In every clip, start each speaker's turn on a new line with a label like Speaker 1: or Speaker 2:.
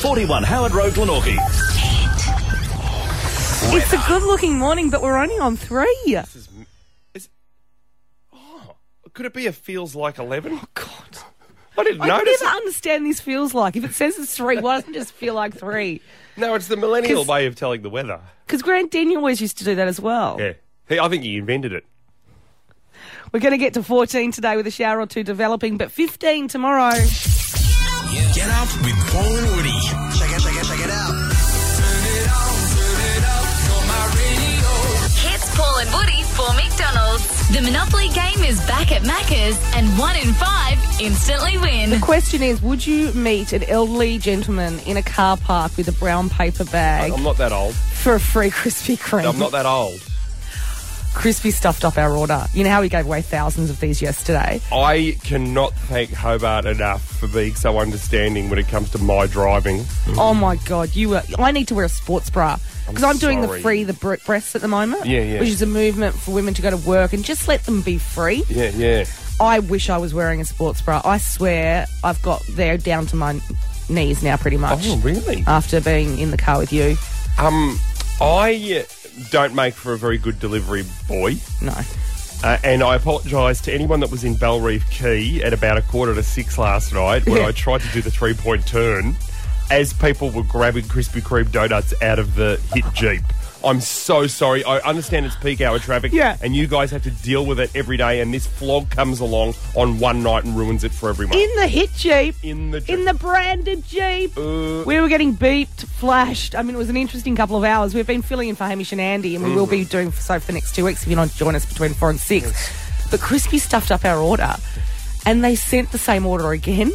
Speaker 1: 41 Howard Road, Glenorchy.
Speaker 2: It's a good looking morning, but we're only on three.
Speaker 3: This is, is oh, could it be a feels like eleven? Oh God, I didn't
Speaker 2: I
Speaker 3: notice.
Speaker 2: never understand this feels like. If it says it's three, why doesn't it just feel like three?
Speaker 3: it. No, it's the millennial
Speaker 2: 'Cause-
Speaker 3: way of telling the weather.
Speaker 2: Because Grant Daniel always used to do that as well.
Speaker 3: Yeah, hey, I think he invented it.
Speaker 2: We're going to get to 14 today with a shower or two developing, but 15 tomorrow.
Speaker 4: Get up with Paul and Woody. Check it, check it, check it out.
Speaker 5: Hits Paul and Woody for McDonald's. The Monopoly game is back at Macca's, and one in five instantly
Speaker 2: The
Speaker 5: win.
Speaker 2: question is Would you meet an elderly gentleman in a car park with a brown paper bag
Speaker 3: I'm not that old.
Speaker 2: for a free Krispy Kreme?
Speaker 3: I'm not that old.
Speaker 2: Krispy stuffed up our order. You know how we gave away thousands of these yesterday?
Speaker 3: I cannot thank Hobart enough for being so understanding when it comes to my driving.
Speaker 2: Oh my god, you were. I need to wear a sports bra because I'm, doing the
Speaker 3: sorry.
Speaker 2: free the bre- breasts at the moment.
Speaker 3: Yeah, yeah.
Speaker 2: Which is a movement for women to go to work and just let them be free.
Speaker 3: Yeah, yeah.
Speaker 2: I wish I was wearing a sports bra. I swear I've got there down to my knees now, pretty much.
Speaker 3: Oh, really?
Speaker 2: After being in the car with you,
Speaker 3: Um, I don't make for a very good delivery boy.
Speaker 2: no.
Speaker 3: Uh, and I apologise to anyone that was in Belrive Quay at about a quarter to six last night when I tried to do the three point turn as people were grabbing Krispy Kreme donuts out of the hit Jeep. I'm so sorry. I understand it's peak hour traffic
Speaker 2: Yeah.
Speaker 3: and you guys have to deal with it every day. And this flog comes along on one night and ruins it for everyone.
Speaker 2: In the hit jeep,
Speaker 3: In the
Speaker 2: in the branded jeep,
Speaker 3: Uh.
Speaker 2: we were getting beeped, flashed. I mean, it was an interesting couple of hours. We've been filling in for Hamish and Andy, and we will
Speaker 3: Mm-hmm.
Speaker 2: be doing so for the next two weeks if you're not join us between four and six. But Crispy stuffed up our order, and they sent the same order again.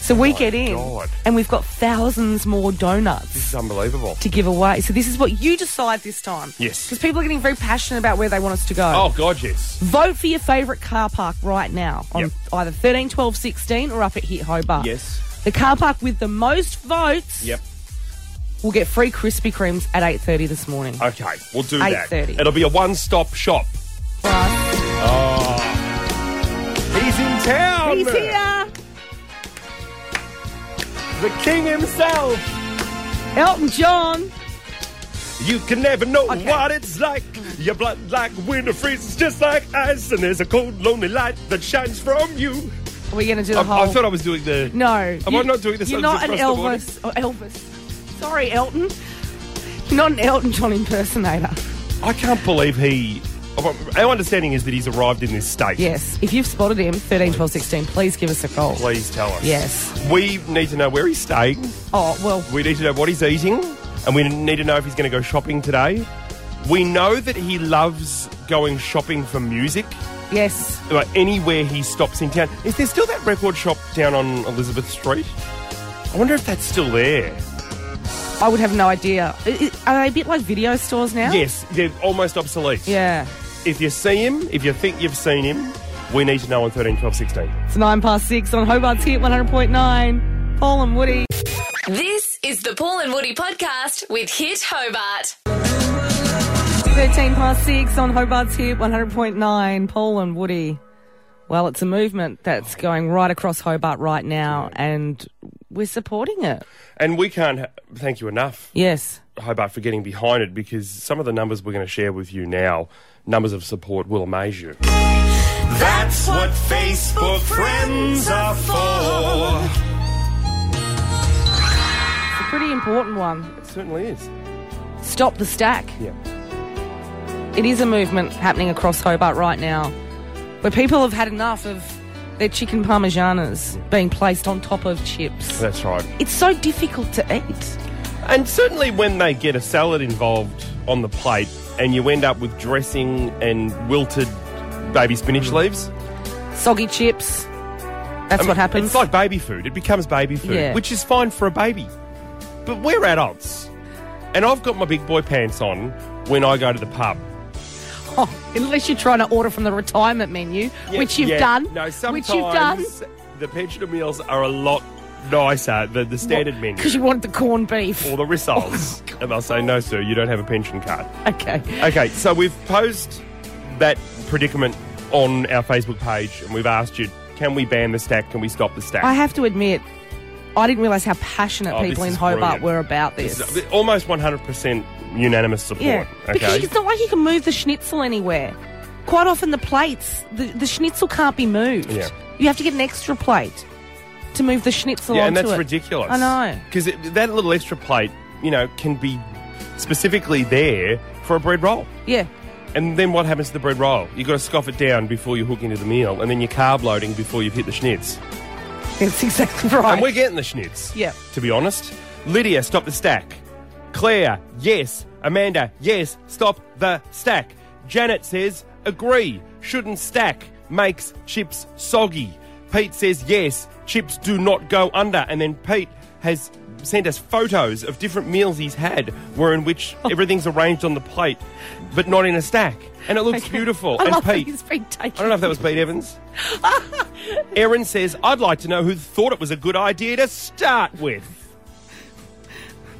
Speaker 2: So we get in,
Speaker 3: Oh God.
Speaker 2: and we've got thousands more donuts
Speaker 3: This is unbelievable.
Speaker 2: to give away. So this is what you decide this time.
Speaker 3: Yes.
Speaker 2: Because people are getting very passionate about where they want us to go.
Speaker 3: Oh, God, yes.
Speaker 2: Vote for your favourite car park right now on
Speaker 3: Yep.
Speaker 2: either 13, 12, 16 or up at Hit Hobart.
Speaker 3: Yes.
Speaker 2: The car park with the most votes
Speaker 3: Yep.
Speaker 2: will get free Krispy Kremes at 8.30 this morning.
Speaker 3: Okay, we'll do that.
Speaker 2: 8:30.
Speaker 3: It'll be a one stop shop. Uh,
Speaker 2: Plus,
Speaker 3: He's in town.
Speaker 2: He's here!
Speaker 3: The king himself.
Speaker 2: Elton John!
Speaker 3: You can never know
Speaker 2: Okay.
Speaker 3: what it's like. Your blood like winter freezes just like ice, and there's a cold, lonely light that shines from you.
Speaker 2: Are we going to do the
Speaker 3: I,
Speaker 2: whole...
Speaker 3: I thought I was doing the.
Speaker 2: no.
Speaker 3: Am I not doing this
Speaker 2: You're
Speaker 3: I'm
Speaker 2: not
Speaker 3: just
Speaker 2: an
Speaker 3: across
Speaker 2: Elvis. Oh, Elvis. Sorry, Elton. You're not an Elton John impersonator.
Speaker 3: I can't believe he. Our understanding is that he's arrived in this state.
Speaker 2: Yes. If you've spotted him, 13, 12, 16, please give us a call.
Speaker 3: Please tell us.
Speaker 2: Yes.
Speaker 3: We need to know where he's staying.
Speaker 2: Oh, well,
Speaker 3: We need to know what he's eating, and we need to know if he's going to go shopping today. We know that he loves going shopping for music.
Speaker 2: yes.
Speaker 3: Like anywhere he stops in town. Is there still that record shop down on Elizabeth Street? I wonder if that's still there.
Speaker 2: I would have no idea. I- I- Are they a bit like video stores now?
Speaker 3: Yes, they're almost obsolete.
Speaker 2: Yeah.
Speaker 3: If you see him, if you think you've seen him, we need to know on 13, 12, 16.
Speaker 2: It's nine past six on Hobart's Hit 100.9. Paul and Woody.
Speaker 5: This is the Paul and Woody podcast with Hit Hobart.
Speaker 2: 13 past six on Hobart's Hit 100.9. Paul and Woody. Well, it's a movement that's going right across Hobart right now, and we're supporting it.
Speaker 3: And we can't ha- thank you enough,
Speaker 2: Yes.
Speaker 3: Hobart, for getting behind it because some of the numbers we're going to share with you now, numbers of support, will amaze you.
Speaker 4: That's what Facebook friends are for.
Speaker 2: It's a pretty important one.
Speaker 3: It certainly is.
Speaker 2: Stop the stack.
Speaker 3: Yeah.
Speaker 2: It is a movement happening across Hobart right now where people have had enough of their chicken parmesanas being placed on top of chips.
Speaker 3: That's right.
Speaker 2: It's so difficult to eat.
Speaker 3: And certainly when they get a salad involved on the plate and you end up with dressing and wilted baby
Speaker 2: Mm.
Speaker 3: spinach leaves.
Speaker 2: Soggy chips. That's
Speaker 3: I mean,
Speaker 2: what happens.
Speaker 3: Um, It's like baby food. It becomes baby food,
Speaker 2: Yeah.
Speaker 3: which is fine for a baby. But we're adults. And I've got my big boy pants on when I go to the pub.
Speaker 2: Oh, unless you're trying to order from the retirement menu, which you've
Speaker 3: Yeah.
Speaker 2: done.
Speaker 3: No, sometimes
Speaker 2: which you've done.
Speaker 3: the pensioner meals are a lot nicer than the standard menu.
Speaker 2: Because Oh, you Oh wanted the corned beef.
Speaker 3: or the rissoles. and they'll say, no, sir, you don't have a pension card.
Speaker 2: Okay.
Speaker 3: Okay, so we've posed that predicament on our Facebook page and we've asked you, can we ban the stack? Can we stop the stack?
Speaker 2: I have to admit, I didn't realise how passionate
Speaker 3: Oh,
Speaker 2: people
Speaker 3: this
Speaker 2: in
Speaker 3: is
Speaker 2: Hobart
Speaker 3: brilliant.
Speaker 2: were about this.
Speaker 3: It's almost 100% unanimous support.
Speaker 2: yeah, because
Speaker 3: Okay.
Speaker 2: it's not like you can move the schnitzel anywhere. Quite often, the plates, the, the schnitzel can't be moved.
Speaker 3: Yeah.
Speaker 2: You have to get an extra plate to move the schnitzel
Speaker 3: Yeah, and
Speaker 2: onto
Speaker 3: that's
Speaker 2: it.
Speaker 3: ridiculous.
Speaker 2: I know.
Speaker 3: Because that little extra plate, you know, can be specifically there for a bread roll.
Speaker 2: Yeah,
Speaker 3: And then what happens to the bread roll? You've got to scoff it down before you hook into the meal, and then you're carb loading before you've hit the schnitz.
Speaker 2: that's exactly right.
Speaker 3: And we're getting the schnitz.
Speaker 2: Yeah.
Speaker 3: To be honest. Lydia, stop the stack. Claire, yes. Amanda, yes. Stop the stack. Janet says, agree. Shouldn't stack. Makes chips soggy. Pete says, yes. Chips do not go under. And then Pete has sent us photos of different meals he's had where in which
Speaker 2: Oh.
Speaker 3: everything's arranged on the plate but not in a stack. And it looks beautiful.
Speaker 2: I
Speaker 3: and
Speaker 2: love that
Speaker 3: Pete.
Speaker 2: he's been taken.
Speaker 3: I don't know if that was Pete Evans. Erin says, I'd like to know who thought it was a good idea to start with.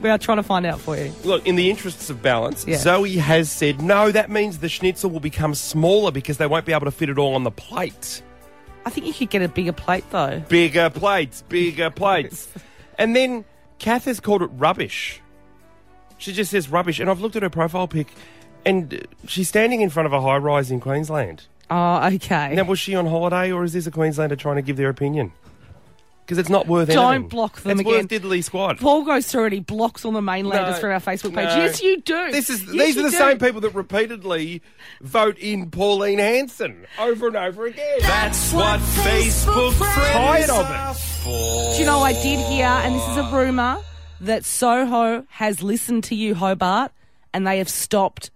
Speaker 2: We are trying to find out for you.
Speaker 3: Look, in the interests of balance,
Speaker 2: Yeah.
Speaker 3: Zoe has said, no, that means the schnitzel will become smaller because they won't be able to fit it all on the plate.
Speaker 2: I think you could get a bigger plate though.
Speaker 3: Bigger plates, bigger plates. And then Kath has called it rubbish. She just says rubbish. And I've looked at her profile pic and uh, she's standing in front of a high rise in Queensland.
Speaker 2: Oh, okay.
Speaker 3: Now, was she on holiday, or is this a Queenslander trying to give their opinion? Because it's not worth
Speaker 2: Don't
Speaker 3: anything.
Speaker 2: block them
Speaker 3: it's
Speaker 2: again.
Speaker 3: worth diddly squad.
Speaker 2: Paul goes through and he blocks all the mainlanders
Speaker 3: No.
Speaker 2: from our Facebook page.
Speaker 3: No.
Speaker 2: Yes, you do.
Speaker 3: This is
Speaker 2: Yes,
Speaker 3: these
Speaker 2: you
Speaker 3: are the
Speaker 2: do.
Speaker 3: same people that repeatedly vote in Pauline Hanson over and over again.
Speaker 4: That's what Facebook friends
Speaker 3: Tired of it.
Speaker 4: are for.
Speaker 2: Do you know I did hear, and this is a rumor, that Soho has listened to you, Hobart, and they have stopped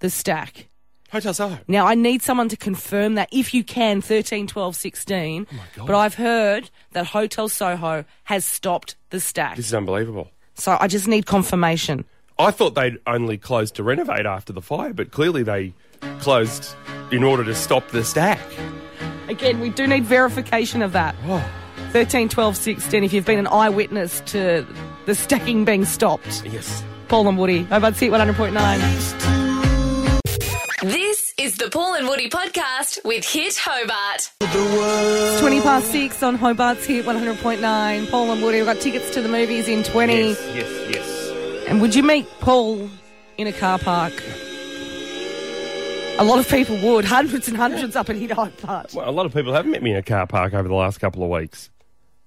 Speaker 2: the stack.
Speaker 3: Hotel Soho.
Speaker 2: Now I need someone to confirm that if you can, 13, 12, 16.
Speaker 3: Oh
Speaker 2: but I've heard that Hotel Soho has stopped the stack.
Speaker 3: This is unbelievable.
Speaker 2: So I just need confirmation.
Speaker 3: I thought they'd only closed to renovate after the fire, but clearly they closed in order to stop the stack.
Speaker 2: Again, we do need verification of that.
Speaker 3: Oh.
Speaker 2: 13, 12, 16, if you've been an eyewitness to the stacking being stopped.
Speaker 3: Yes.
Speaker 2: Paul and Woody, Hobart City 100.9.
Speaker 5: This is the Paul and Woody podcast with Hit Hobart.
Speaker 2: It's 20 past 6 on Hobart's Hit 100.9. Paul and Woody, we've got tickets to the movies in 20.
Speaker 3: Yes. Yes. Yes.
Speaker 2: And would you meet Paul in a car park? A lot of people would. Hundreds and hundreds up at Hit Hobart.
Speaker 3: Well, a lot of people have met me in a car park over the last couple of weeks.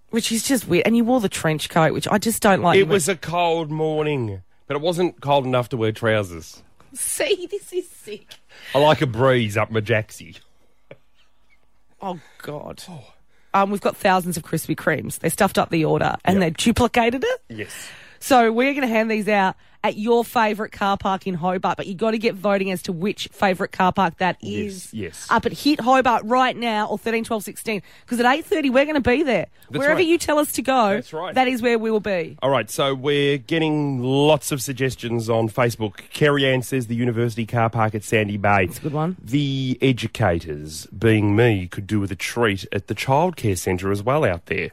Speaker 2: Which is just weird. And you wore the trench coat, which I just don't like. You
Speaker 3: It
Speaker 2: went-
Speaker 3: was a cold morning, but it wasn't cold enough to wear trousers.
Speaker 2: See, this is sick.
Speaker 3: I like a breeze up my jacksie.
Speaker 2: Oh God. Um, we've got thousands of Krispy Kremes. They stuffed up the order and they duplicated it.
Speaker 3: Yes.
Speaker 2: So we're going to hand these out at your favourite car park in Hobart, but you got to get voting as to which favourite car park that is.
Speaker 3: yes.
Speaker 2: Up at Hit Hobart right now, or thirteen, twelve, sixteen. Because at eight thirty, we're going to be there.
Speaker 3: That's
Speaker 2: Wherever
Speaker 3: right.
Speaker 2: you tell us to go,
Speaker 3: That's right.
Speaker 2: That is where we will be.
Speaker 3: All right, so we're getting lots of suggestions on Facebook. Kerry Ann says the university car park at Sandy Bay. It's a
Speaker 2: good one.
Speaker 3: The educators, being me, could do with a treat at the childcare centre as well out there.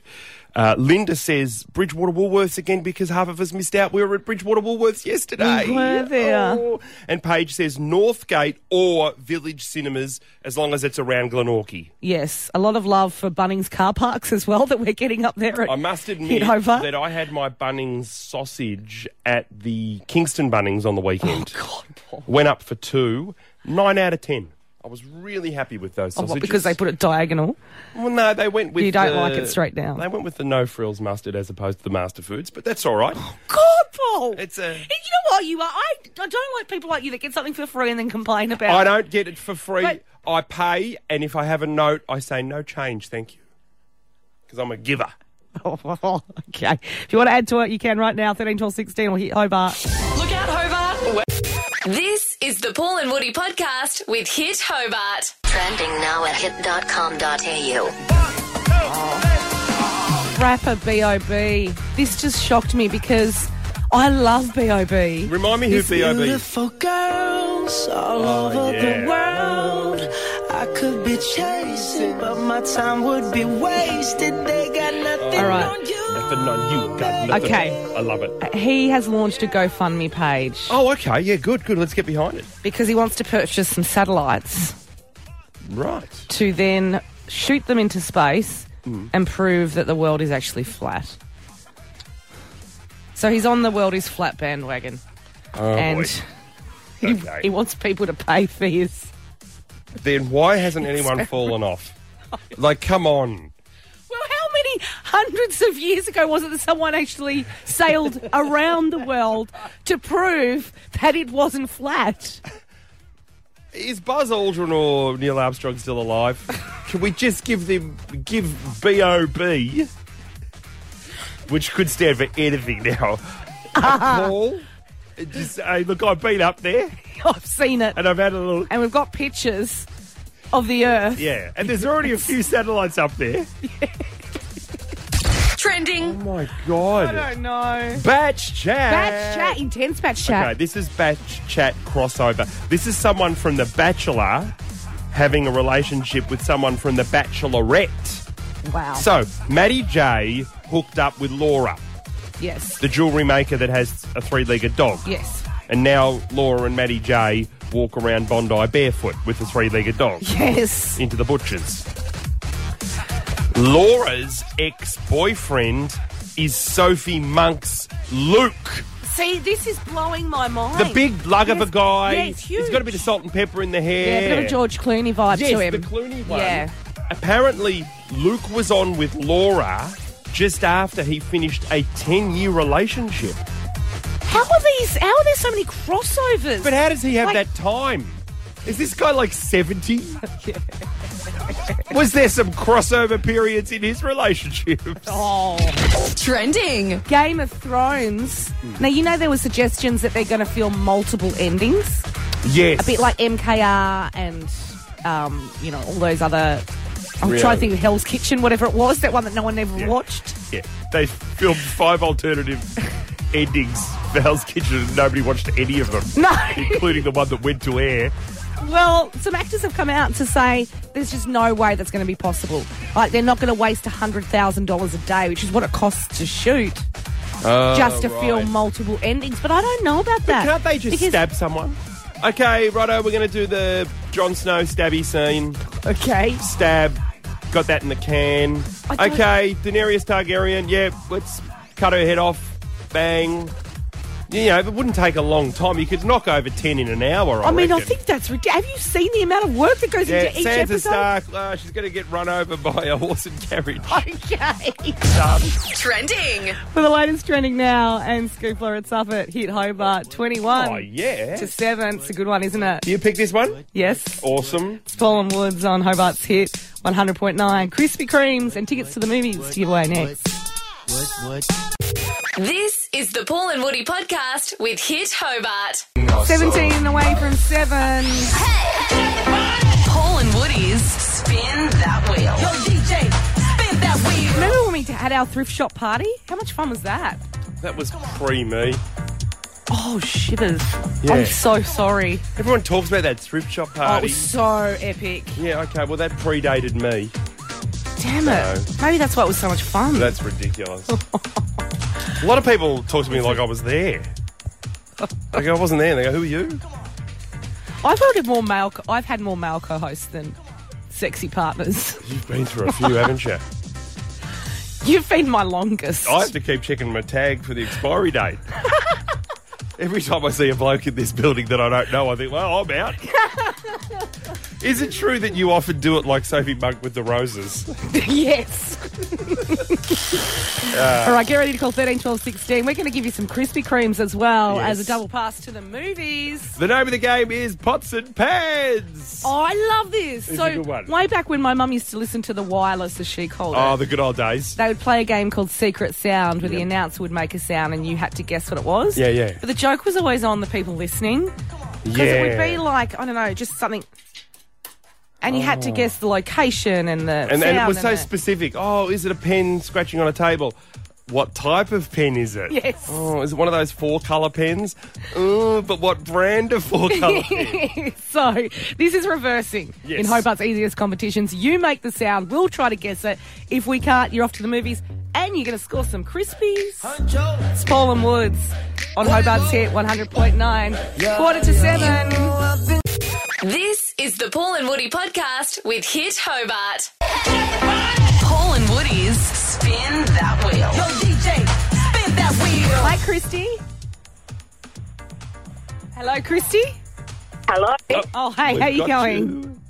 Speaker 3: Uh, Linda says Bridgewater Woolworths again because half of us missed out. We were at Bridgewater Woolworths yesterday.
Speaker 2: We were there.
Speaker 3: Oh. And Paige says Northgate or Village Cinemas as long as it's around Glenorchy.
Speaker 2: Yes, a lot of love for Bunnings car parks as well that we're getting up there. At
Speaker 3: I must
Speaker 2: Hit
Speaker 3: admit
Speaker 2: Hobart.
Speaker 3: that I had my Bunnings sausage at the Kingston Bunnings on the weekend.
Speaker 2: Oh, God, Paul.
Speaker 3: Went up for two, nine out of ten. I was really happy with those
Speaker 2: Oh, what,
Speaker 3: sausages.
Speaker 2: because they put it diagonal.
Speaker 3: well, no, they went with.
Speaker 2: You don't
Speaker 3: the-
Speaker 2: like it straight down.
Speaker 3: They went with the no frills mustard as opposed to the master foods, but that's all
Speaker 2: Oh,
Speaker 3: right.
Speaker 2: God, Paul.
Speaker 3: It's a-
Speaker 2: You know what you are? I, I don't like people like you that get something for free and then complain about
Speaker 3: I
Speaker 2: it.
Speaker 3: don't get it for free.
Speaker 2: But-
Speaker 3: I pay, and if I have a note, I say no change, thank you, because I'm a giver.
Speaker 2: okay. If you want to add to it, you can right now, 13, 12, 16, or hit Hobart.
Speaker 5: Look out, Hobart. This is the Paul and Woody podcast with Hit Hobart.
Speaker 1: Trending now at hit.com.au.
Speaker 2: Rapper B.O.B. This just shocked me because I love B.O.B.
Speaker 3: Remind me who B.O.B. is.
Speaker 6: Beautiful girls all over the
Speaker 3: yeah.
Speaker 6: world. I could be chasing, but my time would be wasted. They got nothing
Speaker 2: All right.
Speaker 6: on you.
Speaker 3: Nothing on you, got nothing.
Speaker 2: Okay.
Speaker 3: I love it.
Speaker 2: He has launched a GoFundMe page
Speaker 3: Oh, okay, yeah, good, good. Let's get behind it.
Speaker 2: because he wants to purchase some satellites
Speaker 3: Right. Mm.
Speaker 2: to then shoot them into space and prove that the world is actually flat. So he's on the world is flat bandwagon,
Speaker 3: Oh,
Speaker 2: and
Speaker 3: boy.
Speaker 2: he,
Speaker 3: Okay.
Speaker 2: he wants people to pay for his.
Speaker 3: Then why hasn't anyone fallen off? Like, come on.
Speaker 2: Well, how many hundreds of years ago was it that someone actually sailed around the world to prove that it wasn't flat?
Speaker 3: Is Buzz Aldrin or Neil Armstrong still alive? Can we just give them give B.O.B. which could stand for anything now? A call? and Just say, look, I've been up there
Speaker 2: I've seen it,
Speaker 3: and I've had a little.
Speaker 2: and we've got pictures of the Earth.
Speaker 3: Yeah, and there's already a few satellites up there.
Speaker 5: Trending.
Speaker 3: my
Speaker 2: I
Speaker 3: god.
Speaker 2: don't know.
Speaker 3: Batch chat.
Speaker 2: Batch chat, intense batch chat.
Speaker 3: Okay, this is batch chat crossover. This is someone from The Bachelor having a relationship with someone from The Bachelorette.
Speaker 2: Wow.
Speaker 3: So, Maddie J hooked up with Laura,
Speaker 2: yes.
Speaker 3: the jewellery maker that has a three legged dog.
Speaker 2: Yes.
Speaker 3: And now Laura and Maddie J walk around Bondi barefoot with the three legged dog
Speaker 2: Yes.
Speaker 3: into the butchers. Laura's ex boyfriend is Sophie Monk's Luke.
Speaker 2: See, this is blowing my mind.
Speaker 3: The big lug of
Speaker 2: Yes.
Speaker 3: a guy.
Speaker 2: Yeah, it's huge.
Speaker 3: He's got a bit of salt and pepper in the
Speaker 2: Yeah,
Speaker 3: hair.
Speaker 2: a bit of a George Clooney vibe
Speaker 3: yes,
Speaker 2: to him.
Speaker 3: the Clooney one.
Speaker 2: Yeah.
Speaker 3: Apparently, Luke was on with Laura just after he finished a 10 year relationship.
Speaker 2: How are these? How are there so many crossovers?
Speaker 3: But how does he have
Speaker 2: Like-
Speaker 3: that time? Is this guy like 70? was there some crossover periods in his relationships?
Speaker 2: Oh,
Speaker 5: Trending.
Speaker 2: Game of Thrones.
Speaker 3: Hmm.
Speaker 2: Now you know there were suggestions that they're going to film multiple endings,
Speaker 3: Yes.
Speaker 2: a bit like MKR and um, you know all those other. I'm trying to think of Hell's Kitchen, whatever it was, that one that no one ever
Speaker 3: Yeah.
Speaker 2: watched.
Speaker 3: Yeah, they filmed five alternative endings for Hell's Kitchen and nobody watched any of them.
Speaker 2: No.
Speaker 3: Including the one that went to air.
Speaker 2: Well, some actors have come out to say there's just no way that's going to be possible. Like they're not going to waste hundred thousand dollars a day, which is what it costs to shoot, just to film multiple endings. But I don't know about that.
Speaker 3: Oh, Can't they just
Speaker 2: Because-
Speaker 3: stab someone? Okay, righto, we're going to do the Jon Snow stabby scene.
Speaker 2: Okay.
Speaker 3: Stab. Got that in the can.
Speaker 2: I don't-
Speaker 3: Okay, Daenerys Targaryen. Yeah, let's cut her head off. Bang. You know, it wouldn't take a long time. You could knock over 10 in an hour. I,
Speaker 2: I mean, I
Speaker 3: reckon.
Speaker 2: think that's ridiculous. Have you seen the amount of work that goes
Speaker 3: Yeah,
Speaker 2: into each
Speaker 3: Sansa
Speaker 2: episode?
Speaker 3: Stark. uh, she's going to get run over by a horse and carriage.
Speaker 2: Okay.
Speaker 5: Trending.
Speaker 2: For the latest trending now and Scoop Laura it's up at Hit Hobart 21
Speaker 3: Oh yeah.
Speaker 2: to 7. It's a good one, isn't it?
Speaker 3: Do you pick this one?
Speaker 2: Yes.
Speaker 3: Awesome.
Speaker 2: It's Paul and Woods on Hobart's Hit 100.9. Krispy Kremes and tickets to the movies to give away next.
Speaker 5: This is the Paul and Woody podcast with Hit Hobart.
Speaker 2: 17 away from 7.
Speaker 5: Paul and Woody's Spin That Wheel. Yo, DJ, spin that wheel.
Speaker 2: Remember when we had our thrift shop party? How much fun was that?
Speaker 3: That was creamy.
Speaker 2: Oh, shivers.
Speaker 3: Yeah.
Speaker 2: I'm so sorry.
Speaker 3: Everyone talks about that thrift shop
Speaker 2: Oh, it
Speaker 3: party.
Speaker 2: was so epic.
Speaker 3: yeah, okay. Well, that predated me.
Speaker 2: Damn it. Maybe that's why it was so much fun.
Speaker 3: That's ridiculous. a lot of people talk to me like I was there. Like I wasn't there. And they go, "Who are you?"
Speaker 2: I've voted more male. Co- I've had more male co-hosts than sexy partners.
Speaker 3: You've been through a few, haven't you?
Speaker 2: You've been my longest.
Speaker 3: I have to keep checking my tag for the expiry date. Every time I see a bloke in this building that I don't know, I think, well, I'm out. Is it true that you often do it like Sophie Monk with the roses?
Speaker 2: yes. All right, get ready to call 13, 12, 16. We're going to give you some Krispy Kremes as well
Speaker 3: Yes.
Speaker 2: as a double pass to the movies.
Speaker 3: The name of the game is Pots and Pans.
Speaker 2: Oh, I love this.
Speaker 3: It's
Speaker 2: so
Speaker 3: a good one.
Speaker 2: way back when my mum used to listen to the wireless, as she called it.
Speaker 3: Oh, the good old days.
Speaker 2: they would play a game called Secret Sound where the
Speaker 3: Yep.
Speaker 2: announcer would make a sound and you had to guess what it was.
Speaker 3: Yeah, yeah.
Speaker 2: But the joke was always on the people listening. Because it would be like, I don't know, just something. And you had to guess the location and the.
Speaker 3: Oh. and, and it
Speaker 2: sound
Speaker 3: was so
Speaker 2: the-
Speaker 3: specific. Oh, is it a pen scratching on a table? What type of pen is it?
Speaker 2: Yes.
Speaker 3: Oh, is it one of those four colour pens? Oh, but what brand of four colour pen?
Speaker 2: so this is reversing
Speaker 3: Yes.
Speaker 2: in Hobart's easiest competitions. You make the sound, we'll try to guess it. If we can't, you're off to the movies and you're going to score some Crispies. It's Paul and Woods on Hobart's hit 100.9, quarter to seven.
Speaker 5: This is the Paul and Woody podcast with Hit Hobart. Paul and Woody's Spin That Wheel. Yo, DJ, spin that wheel.
Speaker 2: Hi, Christy. Hello, Christy.
Speaker 7: Hello.
Speaker 2: Oh, hey,
Speaker 3: We've
Speaker 2: how you
Speaker 3: got
Speaker 2: going?
Speaker 3: you.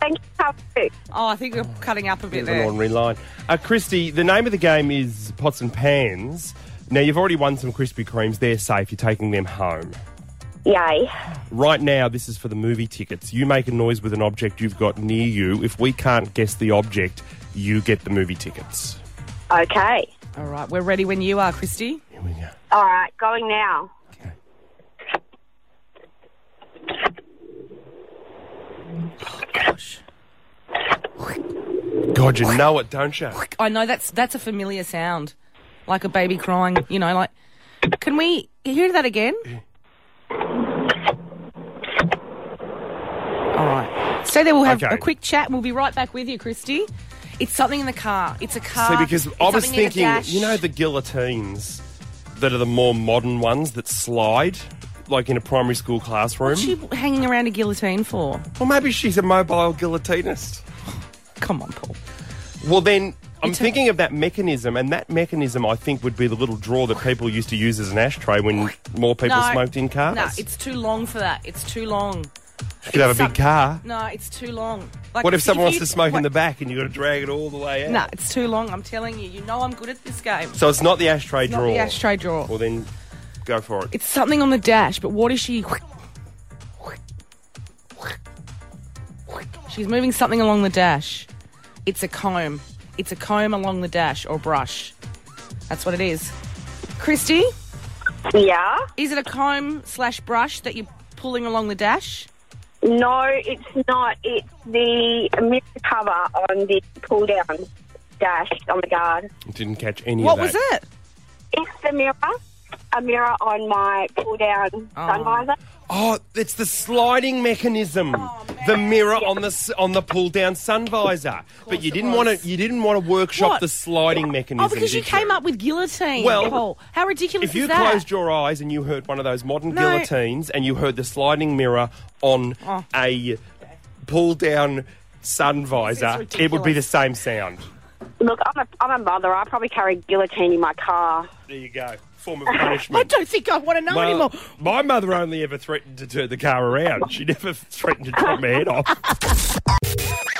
Speaker 7: Thank you. How are you?
Speaker 2: Oh, I think you're cutting up a bit
Speaker 3: It's an
Speaker 2: there.
Speaker 3: ordinary line. Uh, Christy, the name of the game is Pots and Pans. Now, you've already won some Krispy Kremes. They're safe. You're taking them home.
Speaker 7: Yay.
Speaker 3: Right now, this is for the movie tickets. You make a noise with an object you've got near you. If we can't guess the object, you get the movie tickets.
Speaker 7: Okay.
Speaker 2: All right, we're ready when you are, Christy.
Speaker 3: Here we go.
Speaker 7: All right. Going now.
Speaker 3: God, you know it, don't you?
Speaker 2: I know that's that's a familiar sound, like a baby crying. You know, like can we hear that again? All right, stay there. We'll have
Speaker 3: Okay.
Speaker 2: a quick chat. We'll be right back with you, Christy. It's something in the car. It's a car.
Speaker 3: See, because
Speaker 2: Ah, It's
Speaker 3: I was
Speaker 2: something in the
Speaker 3: thinking,
Speaker 2: dash.
Speaker 3: you know, the guillotines that are the more modern ones that slide, like in a primary school classroom.
Speaker 2: What's she hanging around a guillotine for?
Speaker 3: Well, maybe she's a mobile guillotinist.
Speaker 2: Come on, Paul.
Speaker 3: Well, then I'm
Speaker 2: It's a-
Speaker 3: thinking of that mechanism, and that mechanism I think would be the little drawer that people used to use as an ashtray when more people smoked in cars.
Speaker 2: No, it's too long for that. It's too long.
Speaker 3: you could have a big car.
Speaker 2: No, it's too long. Like,
Speaker 3: What if someone wants
Speaker 2: you-
Speaker 3: to smoke in
Speaker 2: what-
Speaker 3: the back and you've got to drag it all the way out?
Speaker 2: No, it's too long. I'm telling you. You know I'm good at this game.
Speaker 3: So it's not the ashtray
Speaker 2: Not
Speaker 3: drawer.
Speaker 2: the ashtray drawer.
Speaker 3: Well, then go for it.
Speaker 2: It's something on the dash, but what is she? She's moving something along the dash. It's a comb. It's a comb along the dash or brush. That's what it is. Christy,
Speaker 7: Yeah.
Speaker 2: is it a comb slash brush that you're pulling along the dash?
Speaker 7: No, it's not. It's the mirror cover on the pull down dash on the guard.
Speaker 3: Didn't catch any
Speaker 2: What
Speaker 3: of that.
Speaker 2: was it?
Speaker 7: It's the mirror. A mirror on my pull down sun visor.
Speaker 3: Oh, it's the sliding mechanism.
Speaker 2: Oh,
Speaker 3: the mirror on the s- on the pull down sun visor. But you
Speaker 2: it
Speaker 3: didn't want
Speaker 2: was.
Speaker 3: to you didn't want to workshop
Speaker 2: What?
Speaker 3: the sliding mechanism.
Speaker 2: Oh, because you
Speaker 3: did
Speaker 2: came up with guillotine.
Speaker 3: Well,
Speaker 2: Paul. how ridiculous
Speaker 3: If you
Speaker 2: is that?
Speaker 3: closed your eyes and you heard one of those modern
Speaker 2: No.
Speaker 3: guillotines and you heard the sliding mirror on
Speaker 2: Oh.
Speaker 3: a pull down sun visor, it would be the
Speaker 2: ridiculous.
Speaker 3: same sound.
Speaker 7: Look, I'm a, I'm a mother. I probably carry guillotine in my car.
Speaker 3: There you go. Form of
Speaker 2: Oh, I
Speaker 3: punishment.
Speaker 2: don't think I want to know
Speaker 3: Well,
Speaker 2: anymore.
Speaker 3: my mother only ever threatened to turn the car around. She never threatened to drop my head off.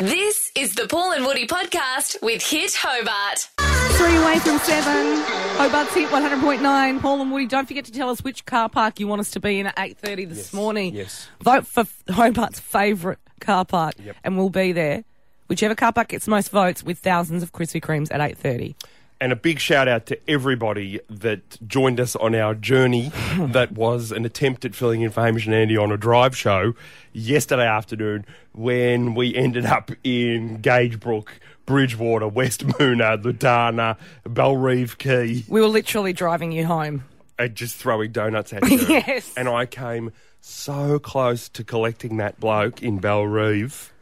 Speaker 5: This is the Paul and Woody podcast with Hit Hobart.
Speaker 2: Three away from seven. Hobart's hit 100.9. Paul and Woody, don't forget to tell us which car park you want us to be in at 8.30 this morning.
Speaker 3: yes.
Speaker 2: Vote for f- Hobart's favourite car park
Speaker 3: Yep.
Speaker 2: and we'll be there. Whichever car park gets the most votes with thousands of Krispy Kremes at 8.30.
Speaker 3: And a big shout out to everybody that joined us on our journey that was an attempt at filling in for Hamish and Andy on a drive show yesterday afternoon when we ended up in Gagebrook, Bridgewater, West Moona, Ludana, Belrive Key,
Speaker 2: We were literally driving you home.
Speaker 3: and just throwing donuts at you.
Speaker 2: Yes.
Speaker 3: And I came so close to collecting that bloke in Belrive.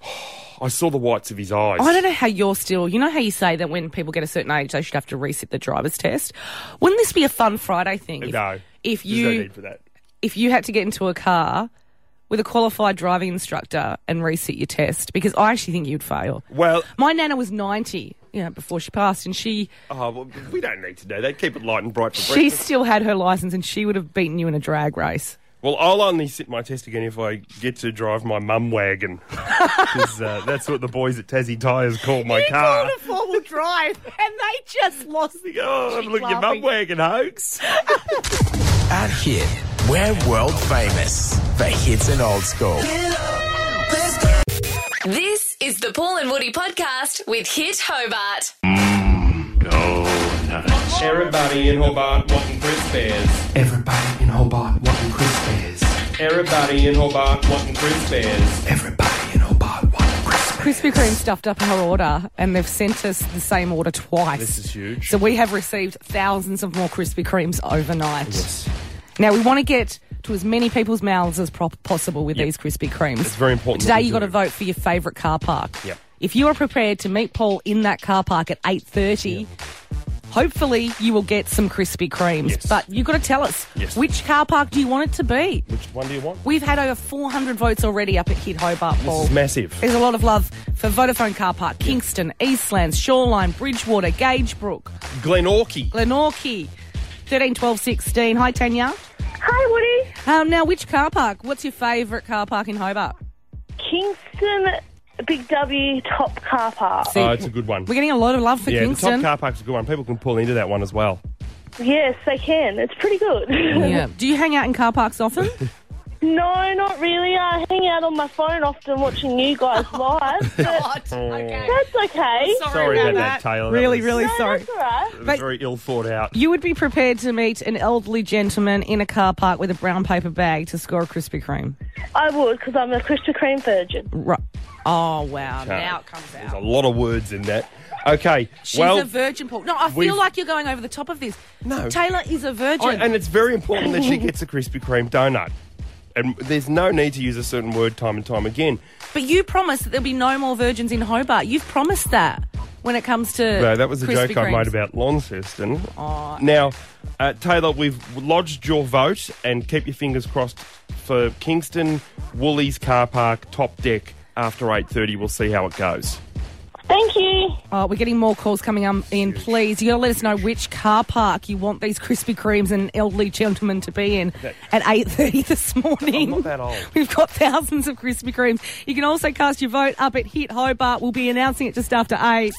Speaker 3: I saw the whites of his eyes.
Speaker 2: I don't know how you're still. You know how you say that when people get a certain age, they should have to resit the driver's test? Wouldn't this be a fun Friday thing? if-
Speaker 3: No.
Speaker 2: If
Speaker 3: There's Uh, no
Speaker 2: you.
Speaker 3: need for that.
Speaker 2: if you had to get into a car with a qualified driving instructor and resit your test because I actually think you'd fail.
Speaker 3: Well,
Speaker 2: My nana was 90, you know, before she passed and she
Speaker 3: Oh, well, we don't need to know that. Keep it light and bright for
Speaker 2: she
Speaker 3: breakfast.
Speaker 2: still had her license and she would have beaten you in a drag race.
Speaker 3: Well, I'll only sit my test again if I get to drive my mum wagon. 'Cause, uh, that's what the boys at Tassie Tyres call my car.
Speaker 2: four-wheel drive and they just lost the
Speaker 3: Oh, look at your mum
Speaker 2: laughing.
Speaker 3: wagon hoax.
Speaker 4: At Hit, we're world famous for hits and old school.
Speaker 5: This is the Paul and Woody podcast with Hit Hobart.
Speaker 3: Everybody in Hobart wanting crisp bears.
Speaker 8: Everybody in Hobart wanting crisp bears.
Speaker 3: Everybody in Hobart wanting crisp bears.
Speaker 8: Everybody in Hobart wanting crisp bears.
Speaker 2: Krispy Kreme stuffed up her order and they've sent us the same order twice.
Speaker 3: This is huge.
Speaker 2: So we have received thousands of more Krispy Kremes overnight. Now we want to get to as many people's mouths as pro- possible with these Krispy Kremes.
Speaker 3: It's very important that
Speaker 2: Today
Speaker 3: we
Speaker 2: you got to
Speaker 3: do.
Speaker 2: vote for your favourite car park.
Speaker 3: Yep.
Speaker 2: If you are prepared to meet Paul in that car park at eight thirty. Hopefully, you will get some Krispy Kremes,
Speaker 3: Yes.
Speaker 2: but you've got to tell us
Speaker 3: Yes.
Speaker 2: which car park do you want it to be?
Speaker 3: Which one do you want?
Speaker 2: We've had over 400 votes already up at Hit Hobart Paul.
Speaker 3: This is massive.
Speaker 2: There's a lot of love for Vodafone Car Park, Kingston, Eastlands, Shoreline, Bridgewater, Gagebrook,
Speaker 3: Glen Orkey.
Speaker 2: Glenorchy, 13, 12, 16. Hi, Tanya.
Speaker 7: Hi, Woody.
Speaker 2: Um, now, which car park? What's your favourite car park in Hobart?
Speaker 7: Kingston Big W Top Car Park.
Speaker 3: Oh, it's a good one.
Speaker 2: We're getting a lot of love for
Speaker 3: Yeah, the
Speaker 2: Kingston.
Speaker 3: top car park's a good one. People can pull into that one as well.
Speaker 7: Yes, they can. It's pretty good.
Speaker 2: yeah. Do you hang out in car parks often?
Speaker 7: no, not really. I hang out on my phone often watching you guys live. But
Speaker 2: Oh, Okay.
Speaker 7: that's okay.
Speaker 3: Sorry about that, Taylor. That
Speaker 2: Really,
Speaker 3: was-
Speaker 2: really
Speaker 7: No,
Speaker 2: sorry.
Speaker 7: that's all right.
Speaker 3: It
Speaker 2: But-
Speaker 3: was very ill thought out.
Speaker 2: You would be prepared to meet an elderly gentleman in a car park with a brown paper bag to score a Krispy Kreme.
Speaker 7: I would, because I'm a Krispy Kreme virgin.
Speaker 2: Right. Oh, wow. Now it comes out.
Speaker 3: There's a lot of words in that. Okay,
Speaker 2: She's
Speaker 3: well,
Speaker 2: a virgin, Paul. No, I
Speaker 3: we've-
Speaker 2: feel like you're going over the top of this. No. Taylor is a virgin.
Speaker 3: I- and it's very important that she gets a Krispy Kreme donut. And there's no need to use a certain word time and time again.
Speaker 2: but you promised that there'll be no more virgins in Hobart. You've promised that when it comes to.
Speaker 3: No, that was a
Speaker 2: Krispy
Speaker 3: joke I made
Speaker 2: Kremes.
Speaker 3: about Launceston. Now, uh, Taylor, we've lodged your vote and keep your fingers crossed for Kingston Woolies Car Park Top Deck after 8.30. We'll see how it goes.
Speaker 7: Thank you.
Speaker 2: Oh, we're getting more calls coming um, in. Please, you got to let us know which car park you want these Krispy Kremes and elderly gentlemen to be in at eight thirty this morning.
Speaker 3: I'm not that old.
Speaker 2: We've got thousands of Krispy Kremes. You can also cast your vote up at Hit Hobart. We'll be announcing it just after eight.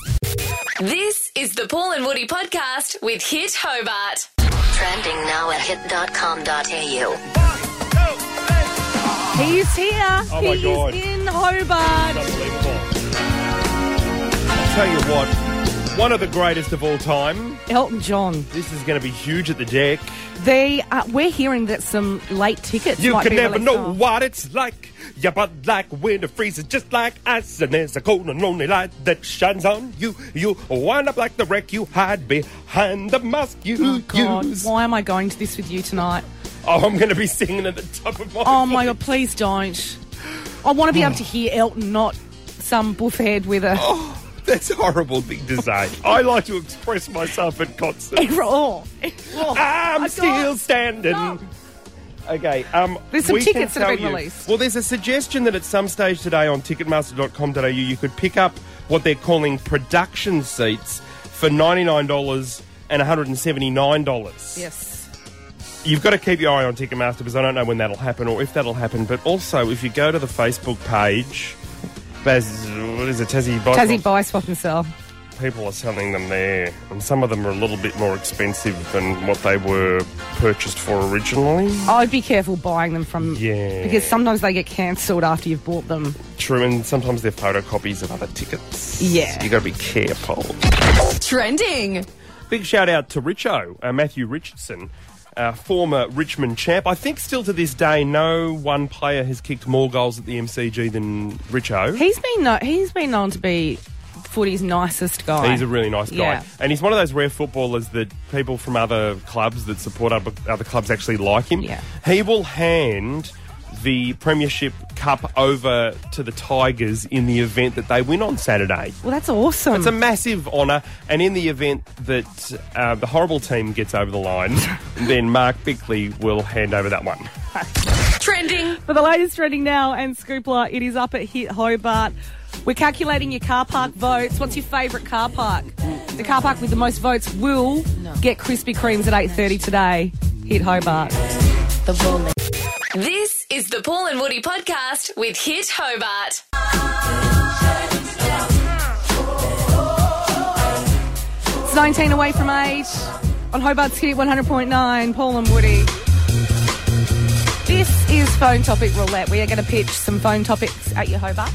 Speaker 5: This is the Paul and Woody podcast with Hit Hobart.
Speaker 1: Trending now at hit.com.au.
Speaker 2: He's here. Oh
Speaker 3: my
Speaker 2: he
Speaker 3: God.
Speaker 2: is in Hobart.
Speaker 3: Unbelievable. I'll tell you what, one of the greatest of all time.
Speaker 2: Elton John.
Speaker 3: This is going to be huge at the deck.
Speaker 2: They uh, we're hearing that some late tickets.
Speaker 3: You
Speaker 2: might
Speaker 3: can
Speaker 2: be
Speaker 3: never
Speaker 2: released
Speaker 3: know
Speaker 2: now.
Speaker 3: what it's like. Your butt like winter freezes just like ice, and there's a cold and lonely light that shines on you. You wind up like the wreck you hide behind the mask you
Speaker 2: Oh, God,
Speaker 3: use.
Speaker 2: why am I going to this with you tonight?
Speaker 3: Oh, I'm going to be singing at the top of my.
Speaker 2: Oh my god, please don't. I want to be able to hear Elton, not some buffhead with a.
Speaker 3: Oh. That's a horrible thing to say. I like to express myself at concerts.
Speaker 2: Oh.
Speaker 3: I'm
Speaker 2: I
Speaker 3: still
Speaker 2: can't.
Speaker 3: standing.
Speaker 2: No.
Speaker 3: Okay. Um,
Speaker 2: There's some
Speaker 3: we can
Speaker 2: tickets that have
Speaker 3: tell
Speaker 2: been
Speaker 3: you-
Speaker 2: released.
Speaker 3: Well, there's a suggestion that at some stage today on ticketmaster.com.au you could pick up what they're calling production seats for $99 and $179.
Speaker 2: Yes.
Speaker 3: You've got to keep your eye on Ticketmaster because I don't know when that'll happen or if that'll happen. But also, if you go to the Facebook page, Baz, what is it, Tassie Bike?
Speaker 2: Tassie buy, swap, and sell.
Speaker 3: people are selling them there, and some of them are a little bit more expensive than what they were purchased for originally.
Speaker 2: I'd be careful buying them from.
Speaker 3: Yeah.
Speaker 2: Because sometimes they get cancelled after you've bought them.
Speaker 3: True, and sometimes they're photocopies of other tickets.
Speaker 2: Yeah.
Speaker 3: you got to be careful.
Speaker 5: Trending.
Speaker 3: Big shout out to Richo, uh, Matthew Richardson. Uh, former Richmond champ. I think still to this day, no one player has kicked more goals at the MCG than Richo.
Speaker 2: He's been no, he's been known to be footy's nicest guy.
Speaker 3: He's a really nice guy.
Speaker 2: Yeah.
Speaker 3: And he's one of those rare footballers that people from other clubs that support other, other clubs actually like him.
Speaker 2: Yeah.
Speaker 3: He will hand the Premiership Cup over to the Tigers in the event that they win on Saturday.
Speaker 2: Well, that's awesome.
Speaker 3: It's a massive honour, and in the event that uh, the horrible team gets over the line, then Mark Bickley will hand over that one.
Speaker 5: Trending.
Speaker 2: For the latest trending now and Scoopla, it is up at Hit Hobart. We're calculating your car park votes. What's your favourite car park? The car park with the most votes will get Krispy Kremes at 8.30 today. Hit Hobart.
Speaker 5: This is the Paul and Woody podcast with Hit Hobart.
Speaker 2: It's 19 away from 8 on Hobart's Hit 100.9. Paul and Woody. This is Phone Topic Roulette. We are going to pitch some phone topics at your Hobart.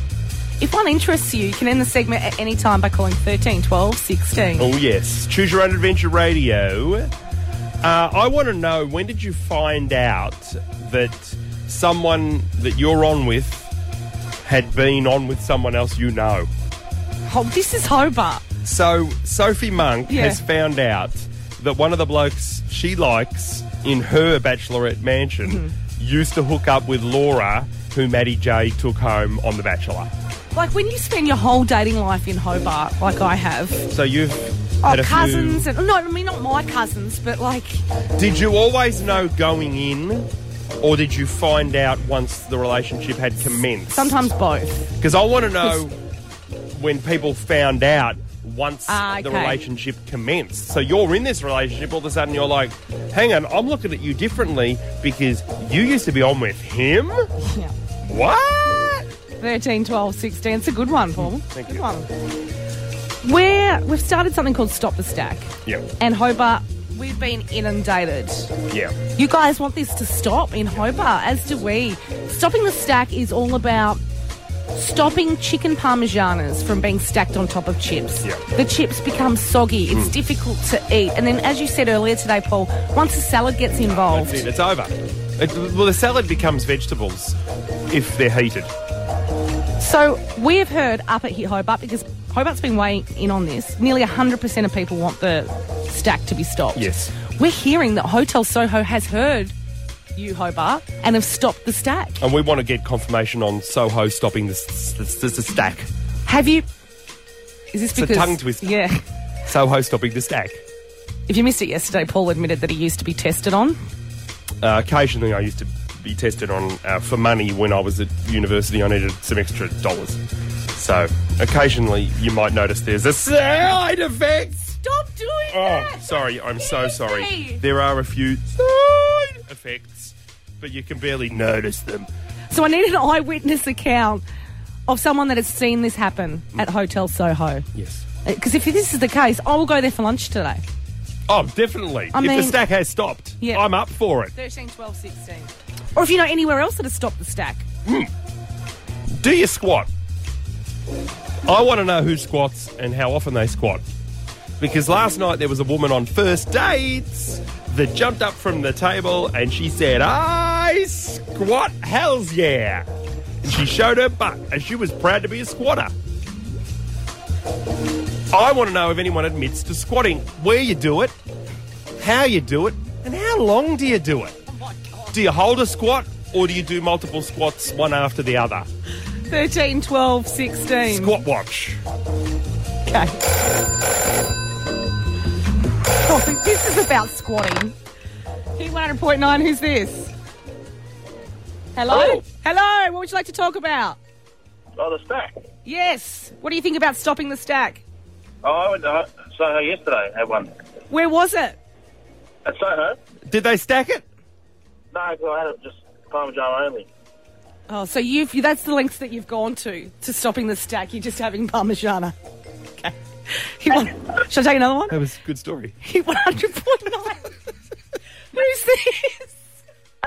Speaker 2: If one interests you, you can end the segment at any time by calling 13 12 16.
Speaker 3: Oh yes, choose your own adventure radio. Uh, I want to know when did you find out that someone that you're on with had been on with someone else you know?
Speaker 2: Oh, this is Hobart.
Speaker 3: So Sophie Monk
Speaker 2: Yeah.
Speaker 3: has found out that one of the blokes she likes in her bachelorette mansion
Speaker 2: Mm-hmm.
Speaker 3: used to hook up with Laura, who Maddie J took home on The Bachelor.
Speaker 2: Like when you spend your whole dating life in Hobart, like I have.
Speaker 3: So you've
Speaker 2: Oh,
Speaker 3: had a few-
Speaker 2: cousins and no, I mean not my cousins, but like
Speaker 3: Did you always know going in, or did you find out once the relationship had commenced?
Speaker 2: sometimes both.
Speaker 3: Because I want to know when people found out once
Speaker 2: Ah,
Speaker 3: the
Speaker 2: okay.
Speaker 3: relationship commenced. So you're in this relationship, all of a sudden you're like, hang on, I'm looking at you differently because you used to be on with him?
Speaker 2: Yeah.
Speaker 3: What?
Speaker 2: 13, 12, 16. It's a good one, Paul.
Speaker 3: Thank
Speaker 2: good
Speaker 3: you.
Speaker 2: one. We're, we've started something called Stop the Stack.
Speaker 3: Yeah,
Speaker 2: And Hobart, we've been inundated.
Speaker 3: yeah.
Speaker 2: You guys want this to stop in Hobart, as do we. Stopping the stack is all about stopping chicken parmesanas from being stacked on top of chips.
Speaker 3: Yeah. Mm.
Speaker 2: The chips become soggy, it's difficult to eat. And then, as you said earlier today, Paul, once the salad gets involved,
Speaker 3: That's it, it's over. It, well, the salad becomes vegetables if they're heated.
Speaker 2: So we have heard up at Hit Hobart because Hobart's been weighing in on this. Nearly 100% of people want the stack to be stopped.
Speaker 3: Yes.
Speaker 2: We're hearing that Hotel Soho has heard you, Hobart, and have stopped the stack.
Speaker 3: And we want to get confirmation on Soho stopping the, s- s- s- the stack.
Speaker 2: Have you. Is this
Speaker 3: a
Speaker 2: because.
Speaker 3: tongue twister.
Speaker 2: Yeah.
Speaker 3: Soho stopping the stack.
Speaker 2: If you missed it yesterday, Paul admitted that he used to be tested on.
Speaker 3: Uh, occasionally, I used to be tested on uh, for money when I was at university. I needed some extra dollars. So, occasionally, you might notice there's a side effect.
Speaker 2: Stop doing
Speaker 3: Oh, sorry. I'm so
Speaker 2: Easy.
Speaker 3: sorry. There are a few side effects, but you can barely notice them.
Speaker 2: So I need an eyewitness account of someone that has seen this happen at Hotel Soho.
Speaker 3: Yes.
Speaker 2: Because if this is the case, I will go there for lunch today.
Speaker 3: Oh, definitely.
Speaker 2: I
Speaker 3: if
Speaker 2: mean-
Speaker 3: the stack has stopped,
Speaker 2: Yeah.
Speaker 3: I'm up for it.
Speaker 2: 13, 12, 16. Or if you know anywhere else that has stopped the stack.
Speaker 3: Do you squat? I want to know who squats and how often they squat. Because last night there was a woman on first dates that jumped up from the table and she said, I squat, hells yeah. And she showed her butt and she was proud to be a squatter. I want to know if anyone admits to squatting, where you do it, how you do it, and how long do you do it. Do you hold a squat or do you do multiple squats one after the other?
Speaker 2: 13, 12, 16.
Speaker 3: Squat watch.
Speaker 2: Okay. Oh, this is about squatting. Hit 100.9, who's this? Hello? Hello, what would you like to talk about?
Speaker 9: Oh, the stack.
Speaker 2: Yes. What do you think about stopping the stack?
Speaker 9: Oh, I went to Soho yesterday. Had one
Speaker 2: Where was it?
Speaker 9: at Soho.
Speaker 3: Did they stack it?
Speaker 9: No, 'cause I had it just parmesan only.
Speaker 2: Oh, so you've you- that's the lengths that you've gone to to stopping the stack. You're just having parmigiana. Okay. You want, shall I take another one?
Speaker 3: That was a good story.
Speaker 2: Hit 100.9. Who's this?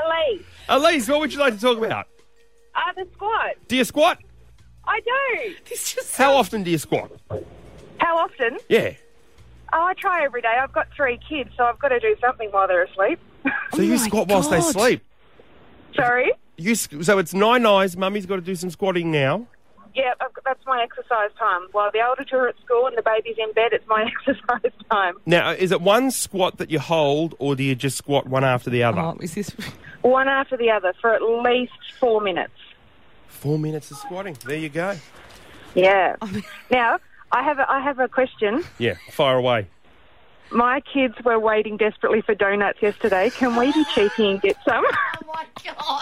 Speaker 7: Elise,
Speaker 3: Elise, what would you like to talk about?
Speaker 7: uh, the squat.
Speaker 3: Do you squat?
Speaker 7: I do.
Speaker 2: This just
Speaker 3: How often do you squat?
Speaker 7: How often?
Speaker 3: Yeah.
Speaker 7: Oh, I try every day. I've got three kids, so I've got to do something while they're asleep.
Speaker 3: So you
Speaker 2: oh my
Speaker 3: squat whilst they
Speaker 2: God.
Speaker 3: sleep.
Speaker 7: Sorry.
Speaker 3: You sc- so it's nine eyes. Mummy's got to do some squatting now.
Speaker 7: Yeah, I've got, that's my exercise time. While the older two are at school and the baby's in bed, it's my exercise time.
Speaker 3: Now, is it one squat that you hold, or do you just squat one after the other?
Speaker 2: Oh, is this?
Speaker 7: One after the other for at least four minutes.
Speaker 3: Four minutes of squatting. There you go.
Speaker 7: Yeah. now, I have a, I have a question.
Speaker 3: Yeah, fire away.
Speaker 7: My kids were waiting desperately for donuts yesterday. Can we be cheeky and get some?
Speaker 2: There's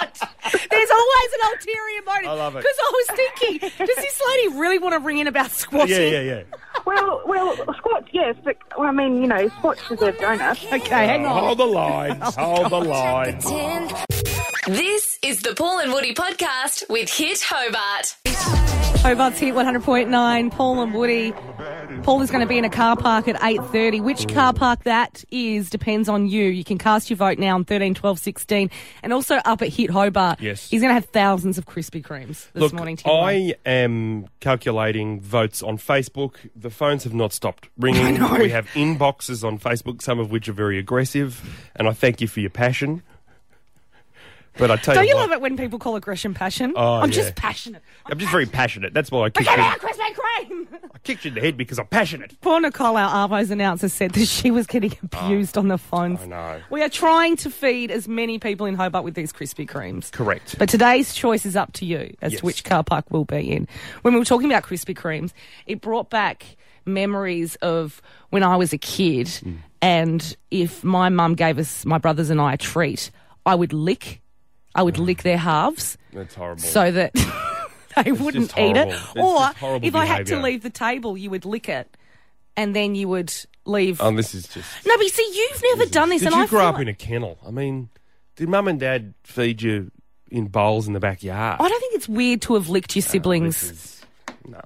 Speaker 2: always an ulterior motive.
Speaker 3: I love it.
Speaker 2: Because I was thinking, does this lady really want to ring in about squatting?
Speaker 3: Yeah, yeah, yeah.
Speaker 7: well, well, squats, yes, but well, I mean, you know, squats deserve donuts.
Speaker 2: Okay, hang on.
Speaker 3: Hold the line.
Speaker 2: Oh,
Speaker 3: Hold the line.
Speaker 5: This is the Paul and Woody podcast with Hit Hobart.
Speaker 2: Hobart's hit 100.9. Paul and Woody. Paul is going to be in a car park at 8:30. Which car park that is depends on you. You can cast your vote now on 13, 12, 16, and also up at Hit Hobart.
Speaker 3: Yes.
Speaker 2: he's going to have thousands of Krispy Kremes this morning. Tim.
Speaker 3: I am calculating votes on Facebook. The phones have not stopped ringing. We have inboxes on Facebook, some of which are very aggressive, and I thank you for your passion. But I tell
Speaker 2: don't you
Speaker 3: what,
Speaker 2: love it when people call aggression passion?
Speaker 3: Oh,
Speaker 2: I'm
Speaker 3: yeah.
Speaker 2: just passionate.
Speaker 3: I'm just very passionate. That's why I kicked
Speaker 2: Give
Speaker 3: you.
Speaker 2: me a
Speaker 3: I
Speaker 2: Krispy Kreme.
Speaker 3: kicked you in the head because I'm passionate.
Speaker 2: Poor Nicole, our Arvo's announcer, said that she was getting abused on the phones.
Speaker 3: Ah, I know.
Speaker 2: We are trying to feed as many people in Hobart with these Krispy Kremes.
Speaker 3: Correct.
Speaker 2: But today's choice is up to you as
Speaker 3: Yes.
Speaker 2: to which car park we'll be in. When we were talking about Krispy Kremes, it brought back memories of when I was a kid,
Speaker 3: Mm.
Speaker 2: and if my mum gave us, my brothers and I, a treat, I would lick, I
Speaker 3: Mm.
Speaker 2: would lick their halves
Speaker 3: That's horrible.
Speaker 2: so that they wouldn't
Speaker 3: just
Speaker 2: eat it.
Speaker 3: horrible. It's
Speaker 2: or
Speaker 3: just horrible
Speaker 2: if I had to
Speaker 3: behaviour.
Speaker 2: leave the table, you would lick it. and then you would leave.
Speaker 3: Um, this is just.
Speaker 2: no, but see, you've never done this,
Speaker 3: Did
Speaker 2: and
Speaker 3: you
Speaker 2: I
Speaker 3: grow
Speaker 2: feel
Speaker 3: up
Speaker 2: like-
Speaker 3: in a kennel? I mean, did mum and dad feed you in bowls in the backyard?
Speaker 2: I don't think it's weird to have licked your
Speaker 3: Uh,
Speaker 2: siblings'
Speaker 3: This is- no,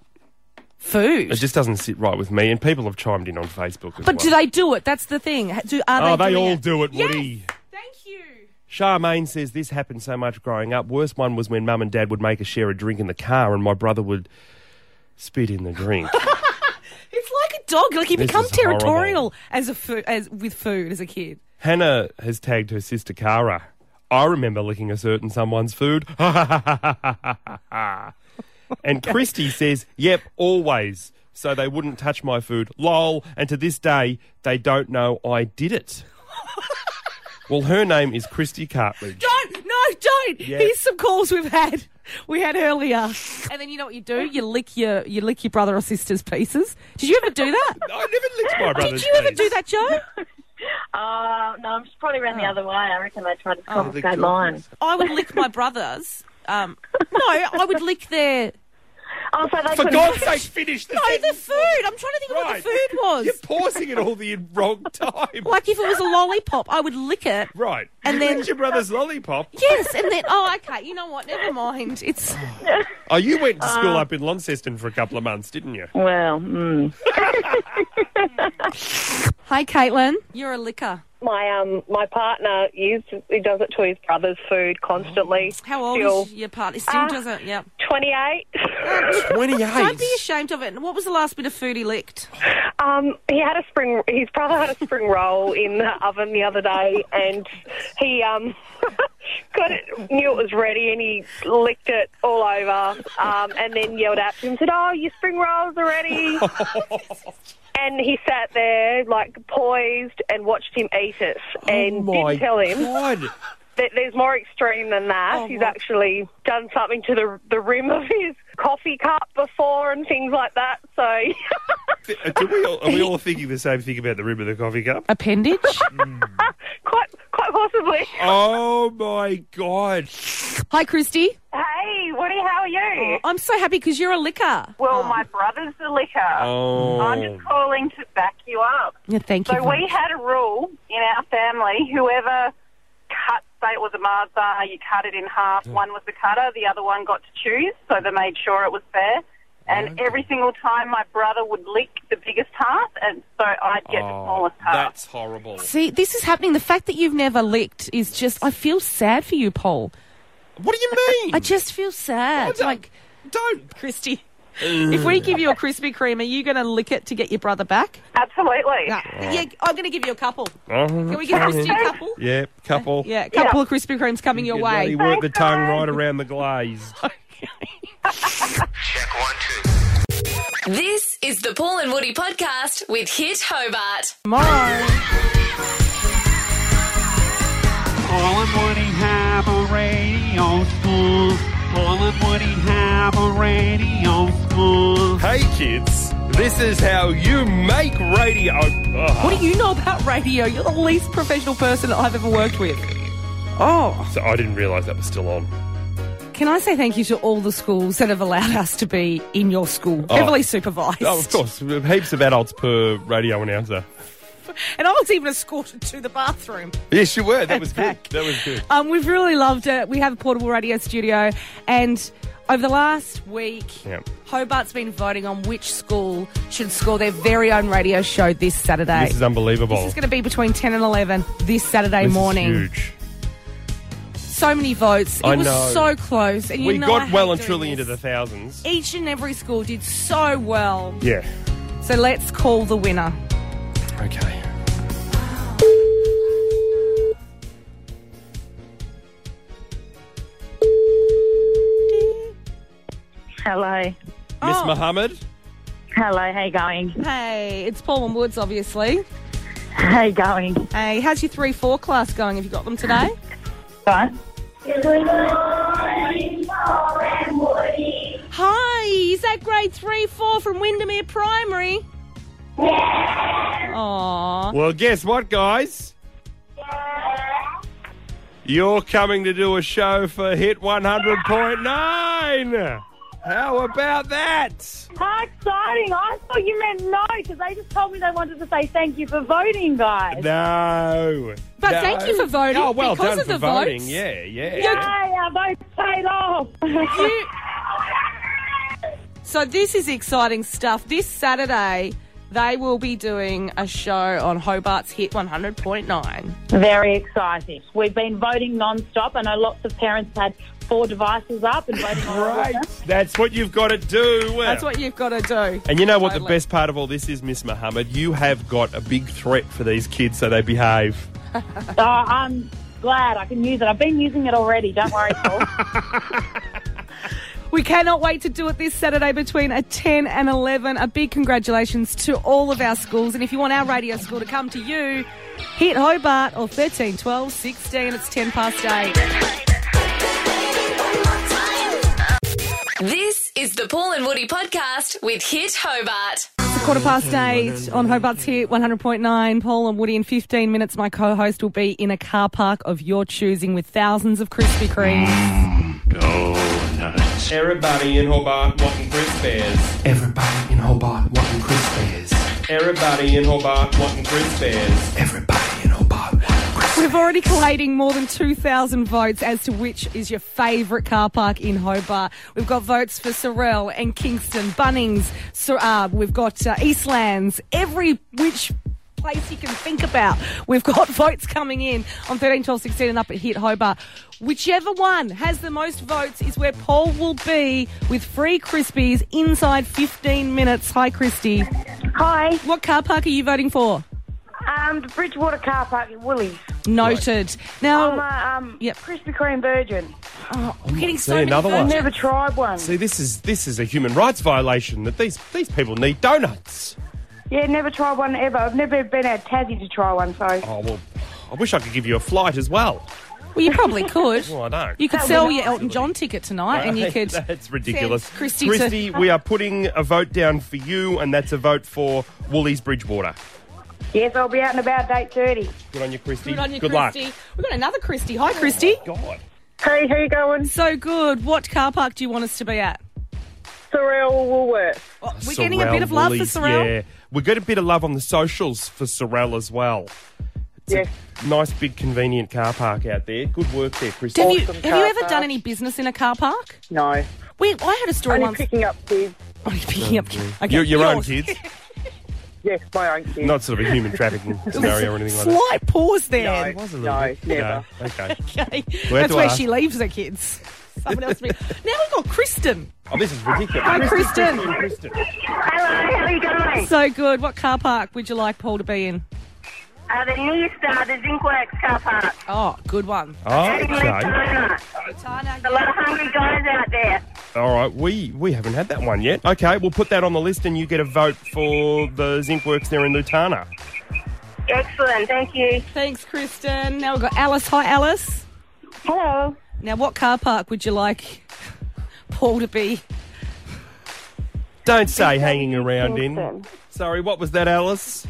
Speaker 2: food.
Speaker 3: it just doesn't sit right with me. And people have chimed in on Facebook. As
Speaker 2: but
Speaker 3: well.
Speaker 2: do they do it? That's the thing. Ha- Do, are
Speaker 3: Oh,
Speaker 2: they,
Speaker 3: they
Speaker 2: doing
Speaker 3: all
Speaker 2: it?
Speaker 3: do it, Woody.
Speaker 2: Thank you.
Speaker 3: Charmaine says this happened so much growing up. Worst one was when mum and dad would make us share a drink in the car, and my brother would spit in the drink.
Speaker 2: It's like a dog. Like you
Speaker 3: This
Speaker 2: become
Speaker 3: is horrible.
Speaker 2: territorial as a fo- as with food as a kid.
Speaker 3: Hannah has tagged her sister Cara. I remember licking a certain someone's food. and Christy says, "Yep, always." So they wouldn't touch my food. Lol. And to this day, they don't know I did it. well, her name is Christy Cartledge.
Speaker 2: Don't no, don't.
Speaker 3: Yeah.
Speaker 2: Here's some calls we've had. We had earlier, and then you know what you do? You lick your you lick your brother or sister's pieces. Did you ever do that?
Speaker 3: I never licked my brother's
Speaker 2: Did you ever
Speaker 3: face.
Speaker 2: do that, Joe?
Speaker 7: Uh, no, I'm just probably around the other way. I reckon they tried to
Speaker 2: Oh,
Speaker 7: confiscate
Speaker 3: goodness.
Speaker 7: mine.
Speaker 2: I would lick my brother's. Um, no, I would lick their
Speaker 7: Oh, so they
Speaker 3: For
Speaker 7: couldn't-
Speaker 3: God's sake, finish the
Speaker 2: no the
Speaker 3: sentence.
Speaker 2: food. I'm trying to think of what the food was.
Speaker 3: You're pausing it all the wrong time.
Speaker 2: Like if it was a lollipop, I would lick it.
Speaker 3: right.
Speaker 2: And
Speaker 3: You
Speaker 2: then-
Speaker 3: licked your brother's lollipop.
Speaker 2: Yes, and then oh, okay. You know what? Never mind. It's
Speaker 3: Oh, you went
Speaker 2: Uh,
Speaker 3: to school up in Launceston for a couple of months, didn't you?
Speaker 7: Well, mm.
Speaker 2: hi, Caitlin. You're a licker.
Speaker 7: my um, my partner is he does it to his brother's food constantly.
Speaker 2: How old
Speaker 7: Still.
Speaker 2: is your partner? Still
Speaker 7: Ah.
Speaker 2: doesn't. Yep.
Speaker 7: 28.
Speaker 3: 28.
Speaker 2: Don't be ashamed of it. And What was the last bit of food he licked?
Speaker 7: Um, he had a spring. His brother had a spring roll in the oven the other day, and he um, got it, knew it was ready, and he licked it all over, um, and then yelled out to him, said, "Oh, your spring rolls are ready." And he sat there like poised and watched him eat it, and didn't tell him
Speaker 3: God.
Speaker 7: that there's more extreme than that. He's actually done something to the the rim of his coffee cup before and things like that. So.
Speaker 3: Uh, do we all, are we all thinking the same thing about the rim of the coffee cup?
Speaker 2: Appendage.
Speaker 7: Quite, quite possibly.
Speaker 3: Oh my God.
Speaker 2: hi, Christy.
Speaker 7: Hey, Woody, how are you?
Speaker 2: I'm so happy because you're a licker.
Speaker 7: Well, my brother's the liquor.
Speaker 3: Oh.
Speaker 7: I'm just calling to back you up.
Speaker 2: Yeah, thank you.
Speaker 7: So we had a rule in our family: whoever cut, say it was a Mazda, you cut it in half.
Speaker 3: Mm.
Speaker 7: One was the cutter, the other one got to choose. So they made sure it was fair. And every single time, my brother would lick the biggest half, and so I'd get the smallest half.
Speaker 3: Oh, That's horrible.
Speaker 2: See, this is happening. The fact that you've never licked is just. I feel sad for you, Paul.
Speaker 3: What do you mean?
Speaker 2: I just feel sad. Like
Speaker 3: Don't.
Speaker 2: Christy. If we give you a Krispy Kreme, are you going to lick it to get your brother back?
Speaker 7: Absolutely.
Speaker 2: Nah. Yeah, I'm going to give you a couple.
Speaker 3: Can
Speaker 2: we give Christy a couple?
Speaker 3: Yeah, couple.
Speaker 2: Yeah, a couple of Krispy Kremes coming your
Speaker 3: Get
Speaker 2: way.
Speaker 3: bloody Work the
Speaker 7: Thanks,
Speaker 3: tongue
Speaker 7: guys.
Speaker 3: right around the glaze.
Speaker 5: This is the Paul and Woody podcast with Hit Hobart.
Speaker 2: Tomorrow.
Speaker 8: Paul and Woody have a radio school. Paul and Woody have a radio school.
Speaker 3: Hey kids, this is how you make radio. Oh, Ugh.
Speaker 2: What do you know about radio? You're the least professional person that I've ever worked with. Oh.
Speaker 3: So I didn't realise that was still on.
Speaker 2: Can I say thank you to all the schools that have allowed us to be in your school, heavily supervised?
Speaker 3: Oh, of course, heaps of adults per radio announcer.
Speaker 2: And I was even escorted to the bathroom.
Speaker 3: Yes, you were. That was good.
Speaker 2: back.
Speaker 3: That was good.
Speaker 2: Um, we've really loved it. We have a portable radio studio, and over the last week,
Speaker 3: Yep.
Speaker 2: Hobart's been voting on which school should score their very own radio show this Saturday.
Speaker 3: This is unbelievable.
Speaker 2: This is going to be between 10 and 11 this Saturday
Speaker 3: This is
Speaker 2: morning.
Speaker 3: huge.
Speaker 2: So many votes. It
Speaker 3: I
Speaker 2: was
Speaker 3: know.
Speaker 2: so close. And you
Speaker 3: we
Speaker 2: know I
Speaker 3: got
Speaker 2: hate
Speaker 3: well and
Speaker 2: doing
Speaker 3: truly
Speaker 2: this.
Speaker 3: into the thousands.
Speaker 2: Each and every school did so well.
Speaker 3: Yeah.
Speaker 2: So let's call the winner.
Speaker 3: Okay.
Speaker 7: Hello.
Speaker 3: Miss
Speaker 2: Oh.
Speaker 3: Mohammed.
Speaker 7: Hello, how you going?
Speaker 2: Hey, it's Paul and Woods, obviously.
Speaker 7: How you going?
Speaker 2: Hey, how's your 3 4 class going? Have you got them today?
Speaker 7: Right.
Speaker 2: Hi, is that grade 3 4 from Windermere Primary? Yeah. Aww.
Speaker 3: Well, guess what, guys? You're coming to do a show for Hit 100.9. How about that?
Speaker 10: How exciting! I thought you meant no because they just told me they wanted to say thank you for voting, guys.
Speaker 3: No.
Speaker 10: But
Speaker 3: No.
Speaker 10: thank you for voting
Speaker 3: Oh, well
Speaker 10: because
Speaker 3: done
Speaker 10: of
Speaker 3: for
Speaker 10: the
Speaker 3: voting.
Speaker 10: votes.
Speaker 3: Yeah, yeah.
Speaker 10: Yay, our votes paid off.
Speaker 2: You- So this is exciting stuff. This Saturday, they will be doing a show on Hobart's Hit 100.9.
Speaker 10: Very exciting. We've been voting non-stop. I know lots of parents had four devices up and voting
Speaker 3: Great.
Speaker 10: on
Speaker 3: That's what you've got to do.
Speaker 2: That's what you've got to do.
Speaker 3: And you know what the
Speaker 2: Totally.
Speaker 3: best part of all this is, Miss Muhammad? You have got a big threat for these kids so they behave.
Speaker 10: so I'm glad I can use it. I've been using it already. Don't worry, Paul.
Speaker 2: We cannot wait to do it this Saturday between a 10 and 11. A big congratulations to all of our schools. And if you want our radio school to come to you, hit Hobart or 13, 12, 16. It's 10 past 8.
Speaker 5: This is the Paul and Woody podcast with Hit Hobart.
Speaker 2: It's a quarter past eight on Hobart's Hit 100.9. Paul and Woody in 15 minutes. My co host will be in a car park of your choosing with thousands of Krispy Kremes.
Speaker 3: Donuts. Everybody in Hobart wanting crisp bears.
Speaker 4: Everybody in Hobart wanting crisp bears.
Speaker 3: Everybody in Hobart wanting crisp bears.
Speaker 2: We've already collating more than 2,000 votes as to which is your favourite car park in Hobart. We've got votes for Sorel and Kingston, Bunnings, Sor- uh, we've got uh, Eastlands, every which place you can think about. We've got votes coming in on 13, 12, 16 and up at Hit Hobart. Whichever one has the most votes is where Paul will be with free Crispies inside 15 minutes. Hi, Christy.
Speaker 11: Hi.
Speaker 2: What car park are you voting for?
Speaker 11: Um, the Bridgewater car park at Woolies.
Speaker 2: Noted. Now,
Speaker 11: I'm a um, Krispy Kreme virgin.
Speaker 2: Oh,
Speaker 3: I'm getting so many another
Speaker 11: I've
Speaker 3: one.
Speaker 11: never tried one.
Speaker 3: See, this is this is a human rights violation that these these people need donuts.
Speaker 11: Yeah, never tried one ever. I've never been out Tassie to try one, so.
Speaker 3: Oh well, I wish I could give you a flight as well.
Speaker 2: Well, you probably could.
Speaker 3: Well, I don't.
Speaker 2: You could sell your Elton John ticket tonight, and you could.
Speaker 3: That's ridiculous.
Speaker 2: send Christy,
Speaker 3: Christy
Speaker 2: to-
Speaker 3: we are putting a vote down for you, and that's a vote for Woolies Bridgewater.
Speaker 11: Yes, I'll be out and about at 8.30.
Speaker 3: Good on you, Christy.
Speaker 2: Good on you,
Speaker 3: luck. Oh
Speaker 2: Christy. We've got another Christy. Hi, Christy.
Speaker 3: God.
Speaker 2: Hey, how you going? So good. What car park do you want us to be at? Sorrel Woolworth. we're getting a
Speaker 3: Sorrel
Speaker 2: bit of love
Speaker 3: Woolies,
Speaker 2: for Sorrel.
Speaker 3: Yeah, we got a bit of love on the socials for Sorrel as well. It's
Speaker 2: Yes.
Speaker 3: a nice big convenient car park out there. Good work there, Christy.
Speaker 2: Have you, have you ever done any business in a car park?
Speaker 3: No.
Speaker 2: We, I had a story
Speaker 3: Only
Speaker 2: once. picking up kids. Only picking up kids. Okay,
Speaker 3: Your, your own
Speaker 2: yours.
Speaker 3: kids?
Speaker 2: Yes, my own kids.
Speaker 3: Not sort of a human trafficking scenario or anything like that.
Speaker 2: Slight pause there.
Speaker 3: There was a little bit. No, okay.
Speaker 2: Okay.
Speaker 3: to
Speaker 2: That's where
Speaker 3: ask-
Speaker 2: she leaves her kids. Someone else. now we've got Kristen.
Speaker 3: Oh, this is ridiculous.
Speaker 2: Hi, Kristen.
Speaker 3: Kristen.
Speaker 12: Hello, how are you going?
Speaker 2: So good. What car park would you like Paul to be in?
Speaker 12: Uh, the new star, the Zinkworks car park.
Speaker 2: Oh, good one.
Speaker 3: Oh,
Speaker 12: Having
Speaker 3: okay.
Speaker 12: Latana. A lot of hungry guys out there.
Speaker 3: All right, we, we haven't had that one yet. Okay, we'll put that on the list and you get a vote for the zinc works there in Lutana.
Speaker 2: Excellent. Thank you. Thanks, Kristen. Now we've got Alice. Hi, Alice. Hello. Now, what car park would you like Paul to be?
Speaker 3: Don't say hanging around in. Sorry, what was that, Alice?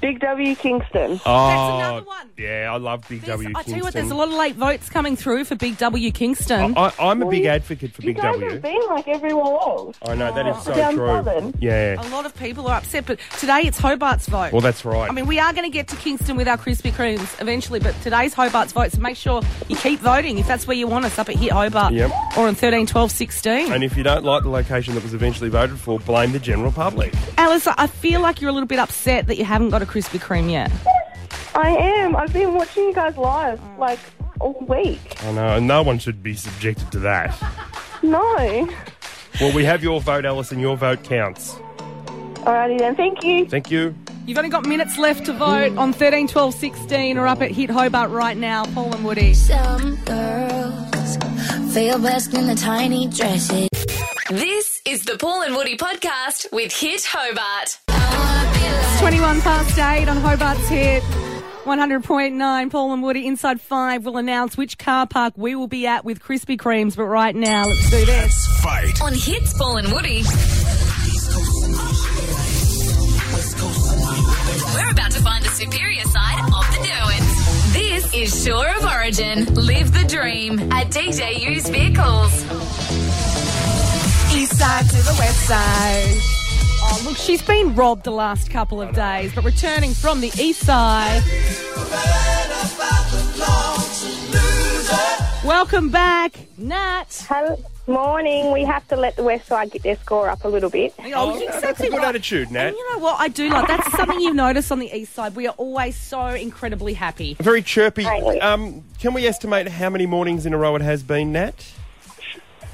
Speaker 2: Big W Kingston.
Speaker 3: Oh, Yeah, I love Big W Kingston. Uh,
Speaker 2: I tell you what, there's a lot of late votes coming through for Big W Kingston.
Speaker 3: I, I, am a big advocate for Big W.
Speaker 2: been like everyone else.
Speaker 3: I know, that is so true. Yeah.
Speaker 2: A lot of people are upset, but today it's Hobart's vote.
Speaker 3: Well, that's right.
Speaker 2: I mean, we are going to get to Kingston with our Krispy Kremes eventually, but today's Hobart's vote, so make sure you keep voting if that's where you want us, up at Hit Hobart
Speaker 3: Yep.
Speaker 2: or on 13, 12, 16.
Speaker 3: and if you don't like the location that was eventually voted for, blame the general public.
Speaker 2: Alice, I feel like you're a little bit upset that you haven't got a Krispy Kreme yet.
Speaker 12: I am. I've been watching you guys live, like, all week.
Speaker 3: I know, and no one should be subjected to that.
Speaker 12: No.
Speaker 3: Well, we have your vote, Alice, and your vote counts.
Speaker 2: Alrighty then, thank you.
Speaker 3: Thank you.
Speaker 2: You've only got minutes left to vote on 13, 12, 16 or up at Hit Hobart right now, Paul and Woody.
Speaker 5: girls feel best in the tiny dresses. This is the Paul and Woody podcast with Hit Hobart.
Speaker 2: It's 21 past 8 on Hobart's Hit. 100.9 Paul and Woody Inside 5 will announce which car park we will be at with Krispy Kremes, but right now let's do this.
Speaker 5: Fight. On Hits Paul and Woody. We're about to find the superior side of the Derwents. This is Shore of Origin. Live the dream at DJU's Vehicles. He's
Speaker 2: website, to the website. Oh, look, she's been robbed the last couple of days, but returning from the east side. Welcome back, Nat.
Speaker 7: Hello. Morning. We have to let the West Side get their score up a little bit.
Speaker 2: Oh, you're exactly
Speaker 13: Good
Speaker 2: right.
Speaker 13: attitude, Nat.
Speaker 2: You know what? I do like that's something you notice on the east side. We are always so incredibly happy.
Speaker 13: Very chirpy.
Speaker 2: Right.
Speaker 13: Um, can we estimate how many mornings in a row it has been, Nat?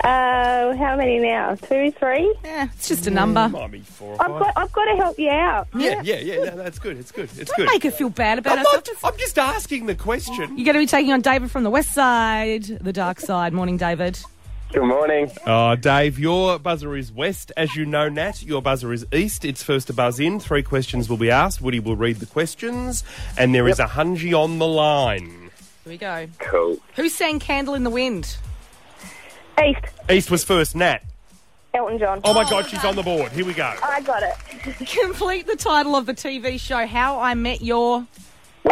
Speaker 7: Uh, how many now? Two, three?
Speaker 2: Yeah, it's just a number.
Speaker 13: Might be four or
Speaker 7: I've
Speaker 13: five.
Speaker 7: got, I've got to help you out.
Speaker 13: yeah, yeah, yeah. No, that's good. It's good. It's
Speaker 2: Don't
Speaker 13: good.
Speaker 2: make her feel bad about
Speaker 13: I'm,
Speaker 2: herself.
Speaker 13: not, I'm just asking the question.
Speaker 2: You're going to be taking on David from the west side, the dark side. Morning, David.
Speaker 13: Good morning. Uh, Dave, your buzzer is west. As you know, Nat, your buzzer is east. It's first to buzz in. Three questions will be asked. Woody will read the questions. And there is a hungy on the line.
Speaker 2: Here we go.
Speaker 13: Cool.
Speaker 2: Who sang Candle in the Wind?
Speaker 7: East.
Speaker 13: East was first, Nat.
Speaker 7: Elton John.
Speaker 13: Oh, my God, she's on the board. Here we go.
Speaker 7: I got it.
Speaker 2: Complete the title of the TV show How I Met Your.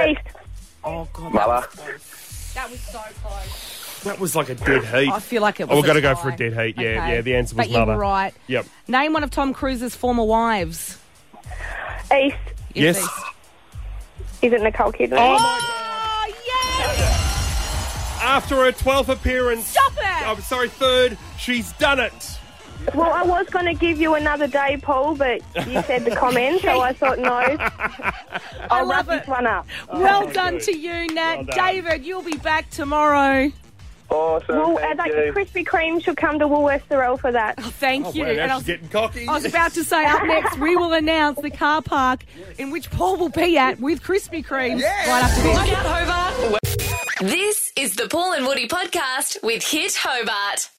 Speaker 7: East.
Speaker 2: Oh, God.
Speaker 13: Mother.
Speaker 2: That was so close.
Speaker 13: That was like a dead heat.
Speaker 2: I feel like it
Speaker 13: Oh,
Speaker 2: was
Speaker 13: we're going to go
Speaker 2: a tie.
Speaker 13: for a dead heat. Yeah,
Speaker 2: Okay.
Speaker 13: yeah. The answer was
Speaker 2: But you were
Speaker 13: mother.
Speaker 2: right.
Speaker 13: Yep.
Speaker 2: Name one of Tom Cruise's former wives.
Speaker 7: East.
Speaker 13: Yes.
Speaker 7: Is it Nicole Kidman?
Speaker 13: Oh, my After her 12th appearance.
Speaker 2: Stop it!
Speaker 13: I'm sorry, third. She's done it.
Speaker 7: Well, I was going to give you another day, Paul, but you said the comment, so I thought no. I'll wrap this one up.
Speaker 2: well done to you, Nat. David, you'll be back tomorrow.
Speaker 3: Awesome.
Speaker 7: Well, uh, like Krispy Kreme should come to Woolworths Thoreau for that.
Speaker 2: Thank you. And I was-
Speaker 13: cocky.
Speaker 2: I was about to say up next we will announce the car park in which Paul will be at with Krispy Kreme right after this.
Speaker 5: Look out, Hobart. This is the Paul and Woody podcast with Hit Hobart.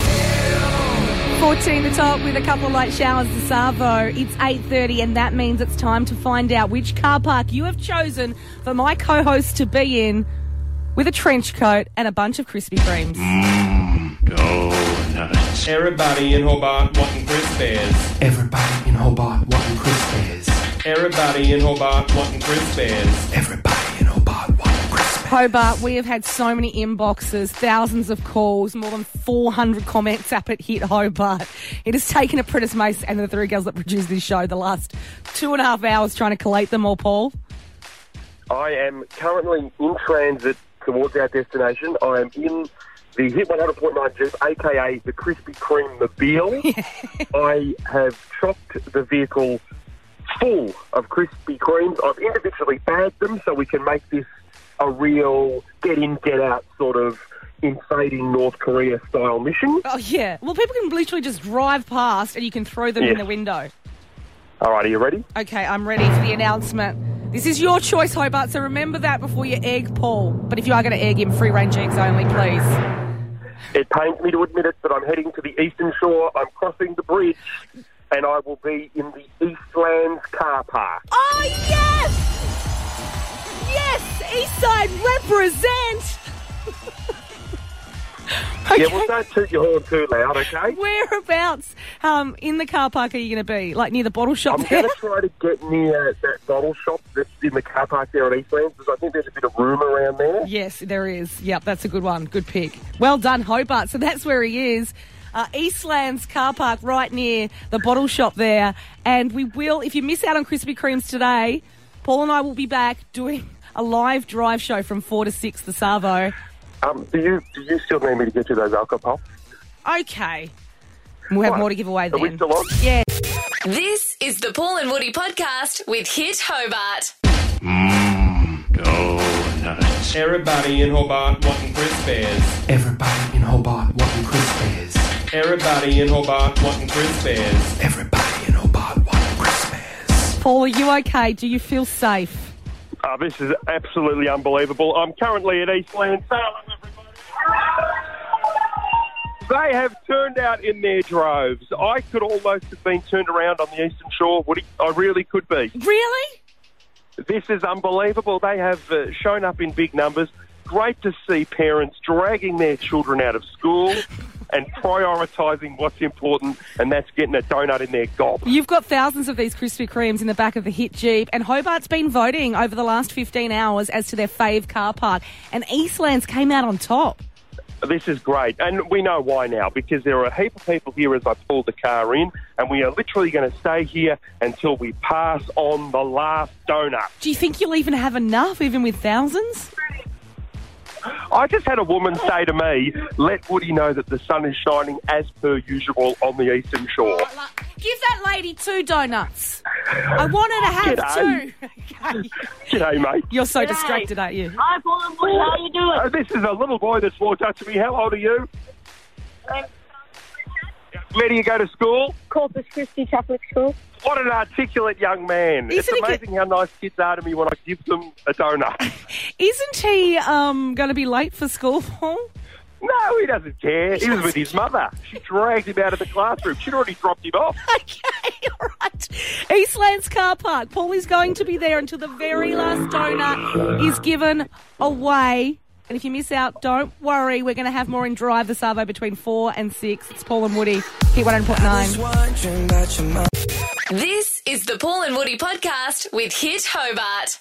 Speaker 2: 14 the top with a couple of light showers to Savo. It's 8.30 and that means it's time to find out which car park you have chosen for my co-host to be in with a trench coat and a bunch of Krispy Kremes.
Speaker 13: Donuts. Everybody in Hobart wanting Chris Bears.
Speaker 4: Everybody in Hobart wanting Chris Bears.
Speaker 13: Everybody in Hobart wanting Chris Bears.
Speaker 2: Hobart, we have had so many inboxes, thousands of calls, more than 400 comments up at Hit Hobart. It has taken a Prentice Mace and the three girls that produced this show the last two and a half hours trying to collate them all, Paul.
Speaker 3: I am currently in transit towards our destination. I am in the Hit 100.9 Jeep, aka the Krispy Kreme Mobile. I have chopped the vehicle full of Krispy Kremes. I've individually bagged them so we can make this a real get in, get out sort of invading North Korea style mission.
Speaker 2: Oh, yeah. Well, people can literally just drive past and you can throw them in
Speaker 3: Yes.
Speaker 2: the window.
Speaker 3: All right, are you ready?
Speaker 2: Okay, I'm ready for the announcement. This is your choice, Hobart, so remember that before you egg Paul. But if you are going to egg him, free range eggs only, please.
Speaker 3: It pains me to admit it, but I'm heading to the eastern shore. I'm crossing the bridge, and I will be in the Eastlands car park.
Speaker 2: Oh, yes! Yes! Eastside represent!
Speaker 3: Yeah, well, don't toot your horn too loud, okay?
Speaker 2: Whereabouts um, in the car park are you going to be? Like near the bottle shop
Speaker 3: I'm
Speaker 2: there?
Speaker 3: going to try to get near that bottle shop that's in the car park there at Eastlands, because I think there's a bit of room around there.
Speaker 2: Yes, there is. Yep, that's a good one. Good pick. Well done, Hobart. So that's where he is. Uh, Eastlands car park right near the bottle shop there. And we will, if you miss out on Krispy Kremes today, Paul and I will be back doing a live drive show from 4 to 6, the Savo.
Speaker 3: Um, do you do you still need me to get you those alcohol pops?
Speaker 2: Okay. We'll have more to give away
Speaker 3: Are
Speaker 2: then.
Speaker 3: we still on?
Speaker 2: Yeah.
Speaker 5: This is the Paul and Woody podcast with Hit Hobart.
Speaker 13: Donuts. Everybody in Hobart wanting Chris Bears.
Speaker 4: Everybody in Hobart wanting Chris Bears.
Speaker 13: Everybody in Hobart wanting Chris Bears.
Speaker 2: Paul, are you okay? Do you feel safe?
Speaker 3: Uh, this is absolutely unbelievable. I'm currently at Eastlands. They have turned out in their droves. I could almost have been turned around on the eastern shore, Woody. I really could be.
Speaker 2: Really?
Speaker 3: This is unbelievable. They have uh, shown up in big numbers. Great to see parents dragging their children out of school and prioritising what's important, and that's getting a donut in their gob.
Speaker 2: You've got thousands of these Krispy Kremes in the back of the hit Jeep, and Hobart's been voting over the last 15 hours as to their fave car park, and Eastlands came out on top.
Speaker 3: This is great. And we know why now, because there are a heap of people here as I pull the car in, and we are literally going to stay here until we pass on the last donut.
Speaker 2: Do you think you'll even have enough, even with thousands?
Speaker 3: I just had a woman say to me, let Woody know that the sun is shining as per usual on the eastern shore.
Speaker 2: Give that lady two donuts. I want her to have
Speaker 3: G'day.
Speaker 2: two. Okay.
Speaker 3: G'day, mate.
Speaker 2: You're so distracted, aren't you?
Speaker 14: Hi, Paul and Woody. How you doing?
Speaker 3: Uh, this is a little boy that's walked up to me. How old are you? Where do you go to school?
Speaker 15: Corpus Christi Catholic School.
Speaker 3: What an articulate young man.
Speaker 2: Isn't it
Speaker 3: it's amazing how nice kids are to me when I give them a donut.
Speaker 2: Isn't he um, going to be late for school, Paul?
Speaker 3: no, he doesn't care. He was with his mother. She dragged him out of the classroom. She'd already dropped him off.
Speaker 2: Okay, all right. Eastlands Car Park. Paul is going to be there until the very last donut is given away. And if you miss out, don't worry. We're going to have more in Drive the Savo between 4 and 6. It's Paul and Woody. Hit 1.9.
Speaker 5: This is the Paul and Woody podcast with Hit Hobart.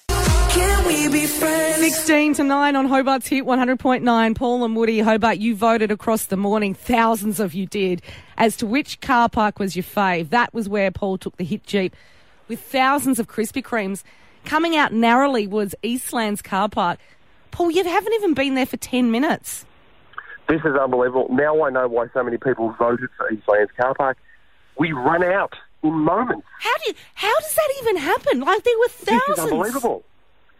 Speaker 2: 16 to 9 on Hobart's Hit 100.9. Paul and Woody, Hobart, you voted across the morning. Thousands of you did. As to which car park was your fave. That was where Paul took the hit Jeep with thousands of Krispy Kremes. Coming out narrowly was Eastlands Car Park. Paul, you haven't even been there for 10 minutes.
Speaker 3: This is unbelievable. Now I know why so many people voted for Eastlands Car Park. We run out in moments.
Speaker 2: How do you, how does that even happen? Like there were thousands.
Speaker 3: This is unbelievable.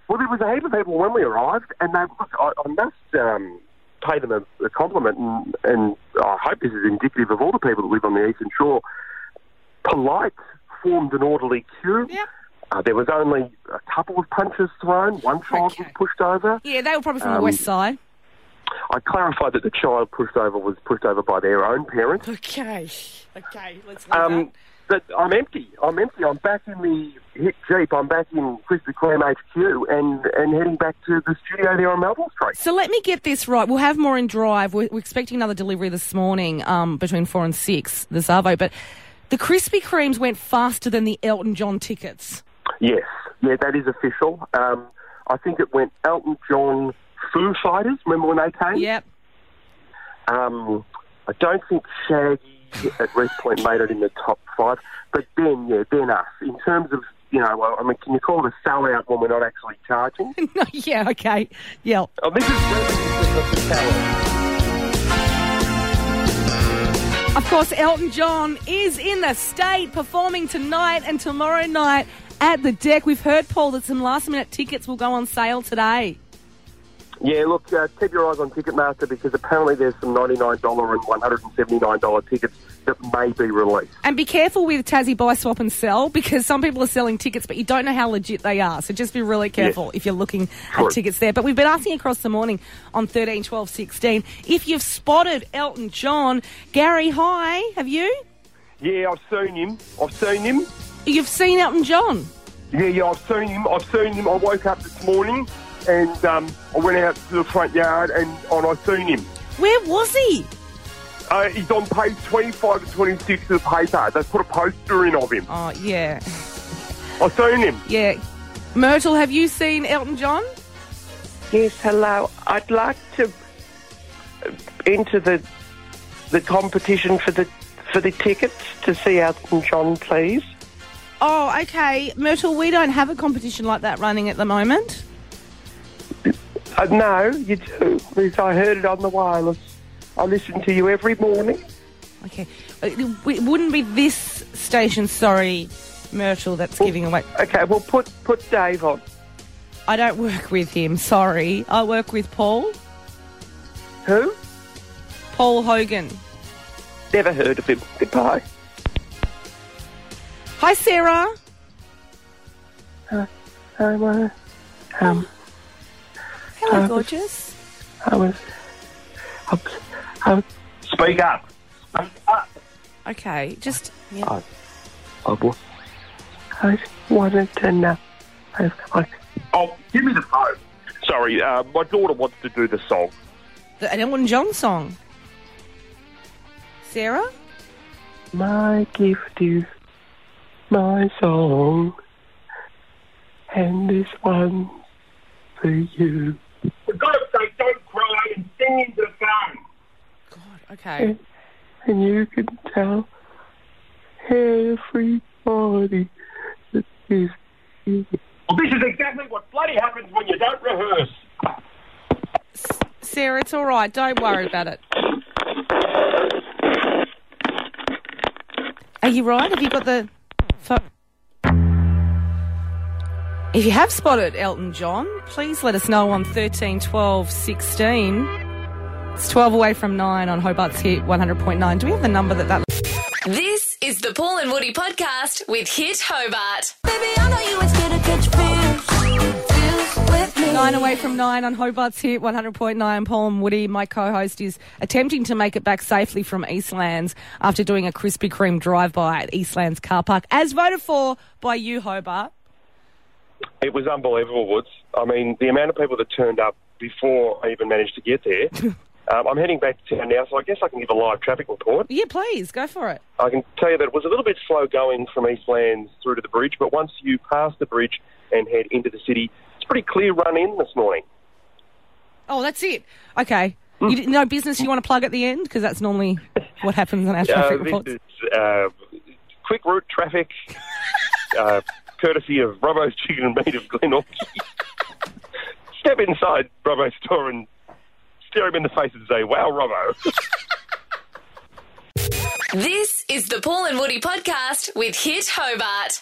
Speaker 3: Well, there was a heap of people when we arrived, and they look. I, I must um, pay them a, a compliment, and, and I hope this is indicative of all the people that live on the eastern shore. Polite formed an orderly queue. Uh, there was only a couple of punches thrown. One child was pushed over.
Speaker 2: Yeah, they were probably from the
Speaker 3: Um,
Speaker 2: west side.
Speaker 3: I clarified that the child pushed over was pushed over by their own parents.
Speaker 2: Okay. Okay, let's
Speaker 3: Um, but I'm empty. I'm empty. I'm back in the hit jeep. I'm back in Krispy Kreme HQ, and and heading back to the studio there on Melbourne Street.
Speaker 2: So let me get this right. We'll have more in drive. We're, we're expecting another delivery this morning um, between 4 and 6, the Savo. But the Krispy Kremes went faster than the Elton John tickets.
Speaker 3: Yes, yeah, that is official. Um, I think it went Elton John, Foo Fighters. Remember when they came?
Speaker 2: Yep.
Speaker 3: Um, I don't think Shaggy at West Point made it in the top five, but then yeah, then us in terms of you know, I- I mean, can you call it a sellout when we're not actually charging?
Speaker 2: no, yeah, okay. Yeah.
Speaker 3: Oh, this is
Speaker 2: Of course, Elton John is in the state performing tonight and tomorrow night at the deck. We've heard, Paul, that some last minute tickets will go on sale today.
Speaker 3: Yeah, look, uh, keep your eyes on Ticketmaster because apparently there's some $99 and $179 tickets that may be released.
Speaker 2: And be careful with Tassie buy, swap, and sell because some people are selling tickets, but you don't know how legit they are. So just be really careful if you're looking
Speaker 3: Sure.
Speaker 2: at tickets there. But we've been asking across the morning on 13, 12, 16 if you've spotted Elton John. Gary, hi, have you?
Speaker 3: Yeah, I've seen him. I've seen him.
Speaker 2: You've seen Elton John?
Speaker 3: Yeah, yeah, I've seen him. I've seen him. I woke up this morning and um, I went out to the front yard and, and I seen him.
Speaker 2: Where was he?
Speaker 3: Uh, he's on page 25 to 26 of the paper. They put a poster in of him.
Speaker 2: Oh, yeah.
Speaker 3: I seen him.
Speaker 2: Yeah. Myrtle, have you seen Elton John?
Speaker 7: Yes, hello. I'd like to enter the the competition for the for the tickets to see Elton John, please.
Speaker 2: Oh, okay. Myrtle, we don't have a competition like that running at the moment.
Speaker 7: Uh, no, you do. Because I heard it on the wireless. I listen to you every morning.
Speaker 2: Okay. Uh, It wouldn't be this station, sorry, Myrtle, that's
Speaker 7: Oh.
Speaker 2: giving away.
Speaker 7: Okay, well put put Dave on.
Speaker 2: I don't work with him, sorry. I work with Paul.
Speaker 7: Who?
Speaker 2: Paul Hogan.
Speaker 7: Never heard of him. Goodbye.
Speaker 2: Hi, Sarah.
Speaker 7: Um, uh, um,
Speaker 2: Hello,
Speaker 7: Uh,
Speaker 2: gorgeous.
Speaker 7: I was. I, I,
Speaker 3: Speak up. Uh,
Speaker 2: Okay, just. Yeah.
Speaker 7: I, I, wa- I wanted to know. I, I,
Speaker 3: Oh, give me the phone. Sorry, uh, my daughter wants to do the song.
Speaker 2: The an Elton John song. Sarah?
Speaker 7: My gift is my song, and this one for you.
Speaker 3: For God's sake, don't cry and sing into the phone.
Speaker 16: Okay.
Speaker 7: And you can tell everybody that this is.
Speaker 3: Well, this is exactly what bloody happens when you don't rehearse.
Speaker 2: Sarah, it's all right. Don't worry about it. Are you right? Have you got the. Fo- if you have spotted Elton John, please let us know on 13 12 16. It's 12 away from 9 on Hobart's Hit 100.9. Do we have the number that that.
Speaker 5: This is the Paul and Woody podcast with Hit Hobart.
Speaker 2: Nine away from nine on Hobart's hit 100.9. Paul and Woody, my co host, is attempting to make it back safely from Eastlands after doing a Krispy Kreme drive by at Eastlands car park, as voted for by you, Hobart.
Speaker 3: It was unbelievable, Woods. I mean, the amount of people that turned up before I even managed to get there. um, I'm heading back to town now, so I guess I can give a live traffic report.
Speaker 2: Yeah, please, go for it.
Speaker 3: I can tell you that it was a little bit slow going from Eastlands through to the bridge, but once you pass the bridge and head into the city, it's a pretty clear run in this morning.
Speaker 2: Oh, that's it. Okay. You didn't no business you want to plug at the end? Because that's normally what happens on our traffic
Speaker 3: Uh,
Speaker 2: reports.
Speaker 3: This is uh, quick route traffic, uh, courtesy of Robbo's Chicken and Meat of Glenorchy. Step inside Robbo's store and stare him in the face and say, "Wow, Robbo."
Speaker 5: This is the Paul and Woody podcast with Hit Hobart.